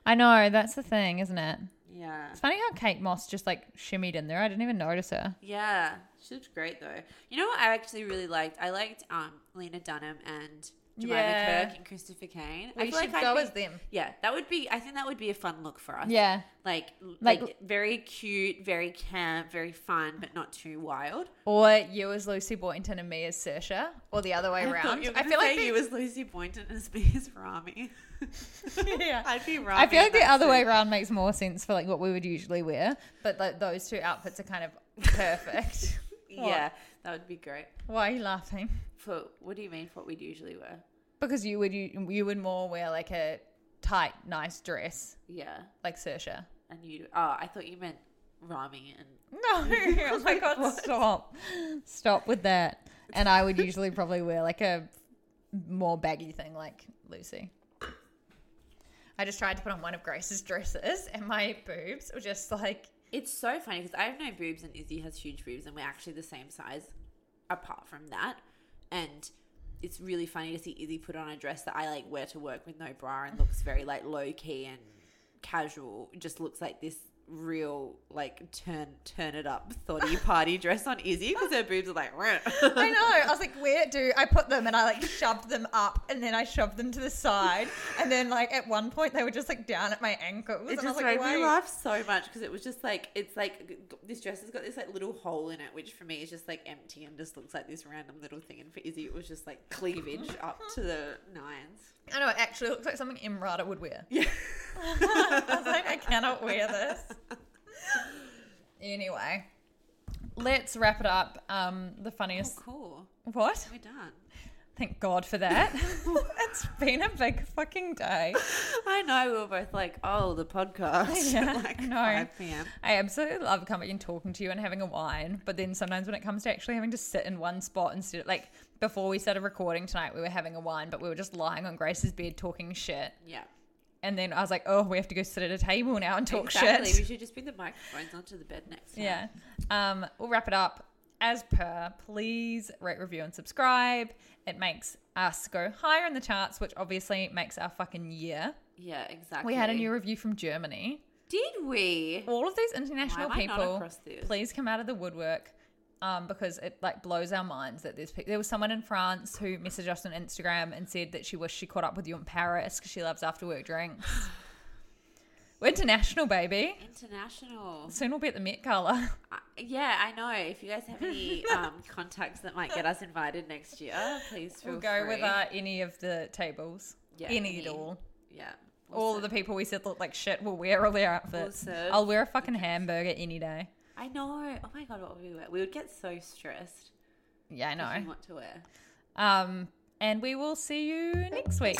[SPEAKER 1] I know that's the thing, isn't it?
[SPEAKER 2] Yeah.
[SPEAKER 1] It's funny how Kate Moss just like shimmied in there. I didn't even notice her.
[SPEAKER 2] Yeah, she looked great though. You know what I actually really liked? I liked um Lena Dunham and Jemima
[SPEAKER 1] Yeah.
[SPEAKER 2] Kirk and Christopher Kane.
[SPEAKER 1] We
[SPEAKER 2] I feel
[SPEAKER 1] should
[SPEAKER 2] like
[SPEAKER 1] go
[SPEAKER 2] I'd be-
[SPEAKER 1] as them.
[SPEAKER 2] Yeah, that would be. I think that would be a fun look for us.
[SPEAKER 1] Yeah,
[SPEAKER 2] Like,
[SPEAKER 1] Like-
[SPEAKER 2] like, very cute, very camp, very fun, but not too wild.
[SPEAKER 1] or you as Lucy Boynton and me as Sersha, or the other way
[SPEAKER 2] thought
[SPEAKER 1] around.
[SPEAKER 2] you were
[SPEAKER 1] I
[SPEAKER 2] gonna
[SPEAKER 1] feel like
[SPEAKER 2] say
[SPEAKER 1] the-
[SPEAKER 2] you as Lucy Boynton as me as Rami.
[SPEAKER 1] Yeah.
[SPEAKER 2] I'd be Rami.
[SPEAKER 1] I feel
[SPEAKER 2] in
[SPEAKER 1] like the
[SPEAKER 2] that
[SPEAKER 1] other way
[SPEAKER 2] suit.
[SPEAKER 1] around makes more sense for like what we would usually wear, but like those two outfits are kind of perfect. What?
[SPEAKER 2] Yeah, that would be great.
[SPEAKER 1] Why are you laughing?
[SPEAKER 2] For what do you mean? For what we'd usually wear?
[SPEAKER 1] Because you would you, you would more wear like a tight, nice dress
[SPEAKER 2] Yeah,
[SPEAKER 1] like Sersha.
[SPEAKER 2] and you. Oh, I thought you meant Rami and
[SPEAKER 1] No, oh my god, stop, stop with that. And I would usually probably wear like a more baggy thing like Lucy. I just tried to put on one of Grace's dresses, and my boobs were just like
[SPEAKER 2] It's so funny because I have no boobs and Izzy has huge boobs and we're actually the same size apart from that. And it's really funny to see Izzy put on a dress that I like wear to work with no bra and looks very like low key and casual. It just looks like this real like turn turn it up thotty party dress on Izzy because her boobs are like
[SPEAKER 1] I know. I was like, where do I put them? And I like shoved them up and then I shoved them to the side. And then like at one point they were just like down at my ankles. and
[SPEAKER 2] It
[SPEAKER 1] I was
[SPEAKER 2] just
[SPEAKER 1] like,
[SPEAKER 2] made me
[SPEAKER 1] wait.
[SPEAKER 2] laugh so much because it was just like it's like g- g- this dress has got this like little hole in it, which for me is just like empty and just looks like this random little thing. And for Izzy, it was just like cleavage up to the nines.
[SPEAKER 1] I know, it actually looks like something Imrata would wear. Yeah. I was like, I cannot wear this. Anyway, let's wrap it up. Um, the funniest.
[SPEAKER 2] Cool,
[SPEAKER 1] What?
[SPEAKER 2] we're done.
[SPEAKER 1] Thank God for that. it's been a big fucking day.
[SPEAKER 2] I know we were both like, oh, the podcast
[SPEAKER 1] Yeah,
[SPEAKER 2] at like
[SPEAKER 1] I know.
[SPEAKER 2] five pm.
[SPEAKER 1] I absolutely love coming and talking to you and having a wine, but then sometimes when it comes to actually having to sit in one spot instead of like before we started recording tonight, we were having a wine, but we were just lying on Grace's bed talking shit.
[SPEAKER 2] Yeah,
[SPEAKER 1] And then I was like, oh, we have to go sit at a table now and talk
[SPEAKER 2] exactly. We
[SPEAKER 1] shit.
[SPEAKER 2] should just bring the microphones onto the bed next time.
[SPEAKER 1] Yeah. Um, we'll wrap it up. As per, please rate, review, and subscribe. It makes us go higher in the charts, which obviously makes our fucking year.
[SPEAKER 2] Yeah, exactly.
[SPEAKER 1] We had a new review from Germany.
[SPEAKER 2] Did we?
[SPEAKER 1] All of these international
[SPEAKER 2] Why am I not
[SPEAKER 1] people,
[SPEAKER 2] across this?
[SPEAKER 1] please come out of the woodwork, um, because it like blows our minds that there's pe- there was someone in France who messaged us on Instagram and said that she wished she caught up with you in Paris because she loves after work drinks. We're international, baby.
[SPEAKER 2] International.
[SPEAKER 1] Soon we'll be at the Met Gala.
[SPEAKER 2] I- Yeah, I know. If you guys have any um, contacts that might get us invited next year, please feel
[SPEAKER 1] We'll go
[SPEAKER 2] free.
[SPEAKER 1] with uh, any of the tables,
[SPEAKER 2] Yeah,
[SPEAKER 1] any at
[SPEAKER 2] any.
[SPEAKER 1] all.
[SPEAKER 2] Yeah. We'll
[SPEAKER 1] All
[SPEAKER 2] se-
[SPEAKER 1] of the people we said looked like shit will wear all their outfits.
[SPEAKER 2] serve
[SPEAKER 1] I'll wear a fucking hamburger any day.
[SPEAKER 2] I know. Oh my god, what would we wear? We would get so stressed.
[SPEAKER 1] Yeah, I know.
[SPEAKER 2] Thinking what to wear.
[SPEAKER 1] Um, and we will see you next week.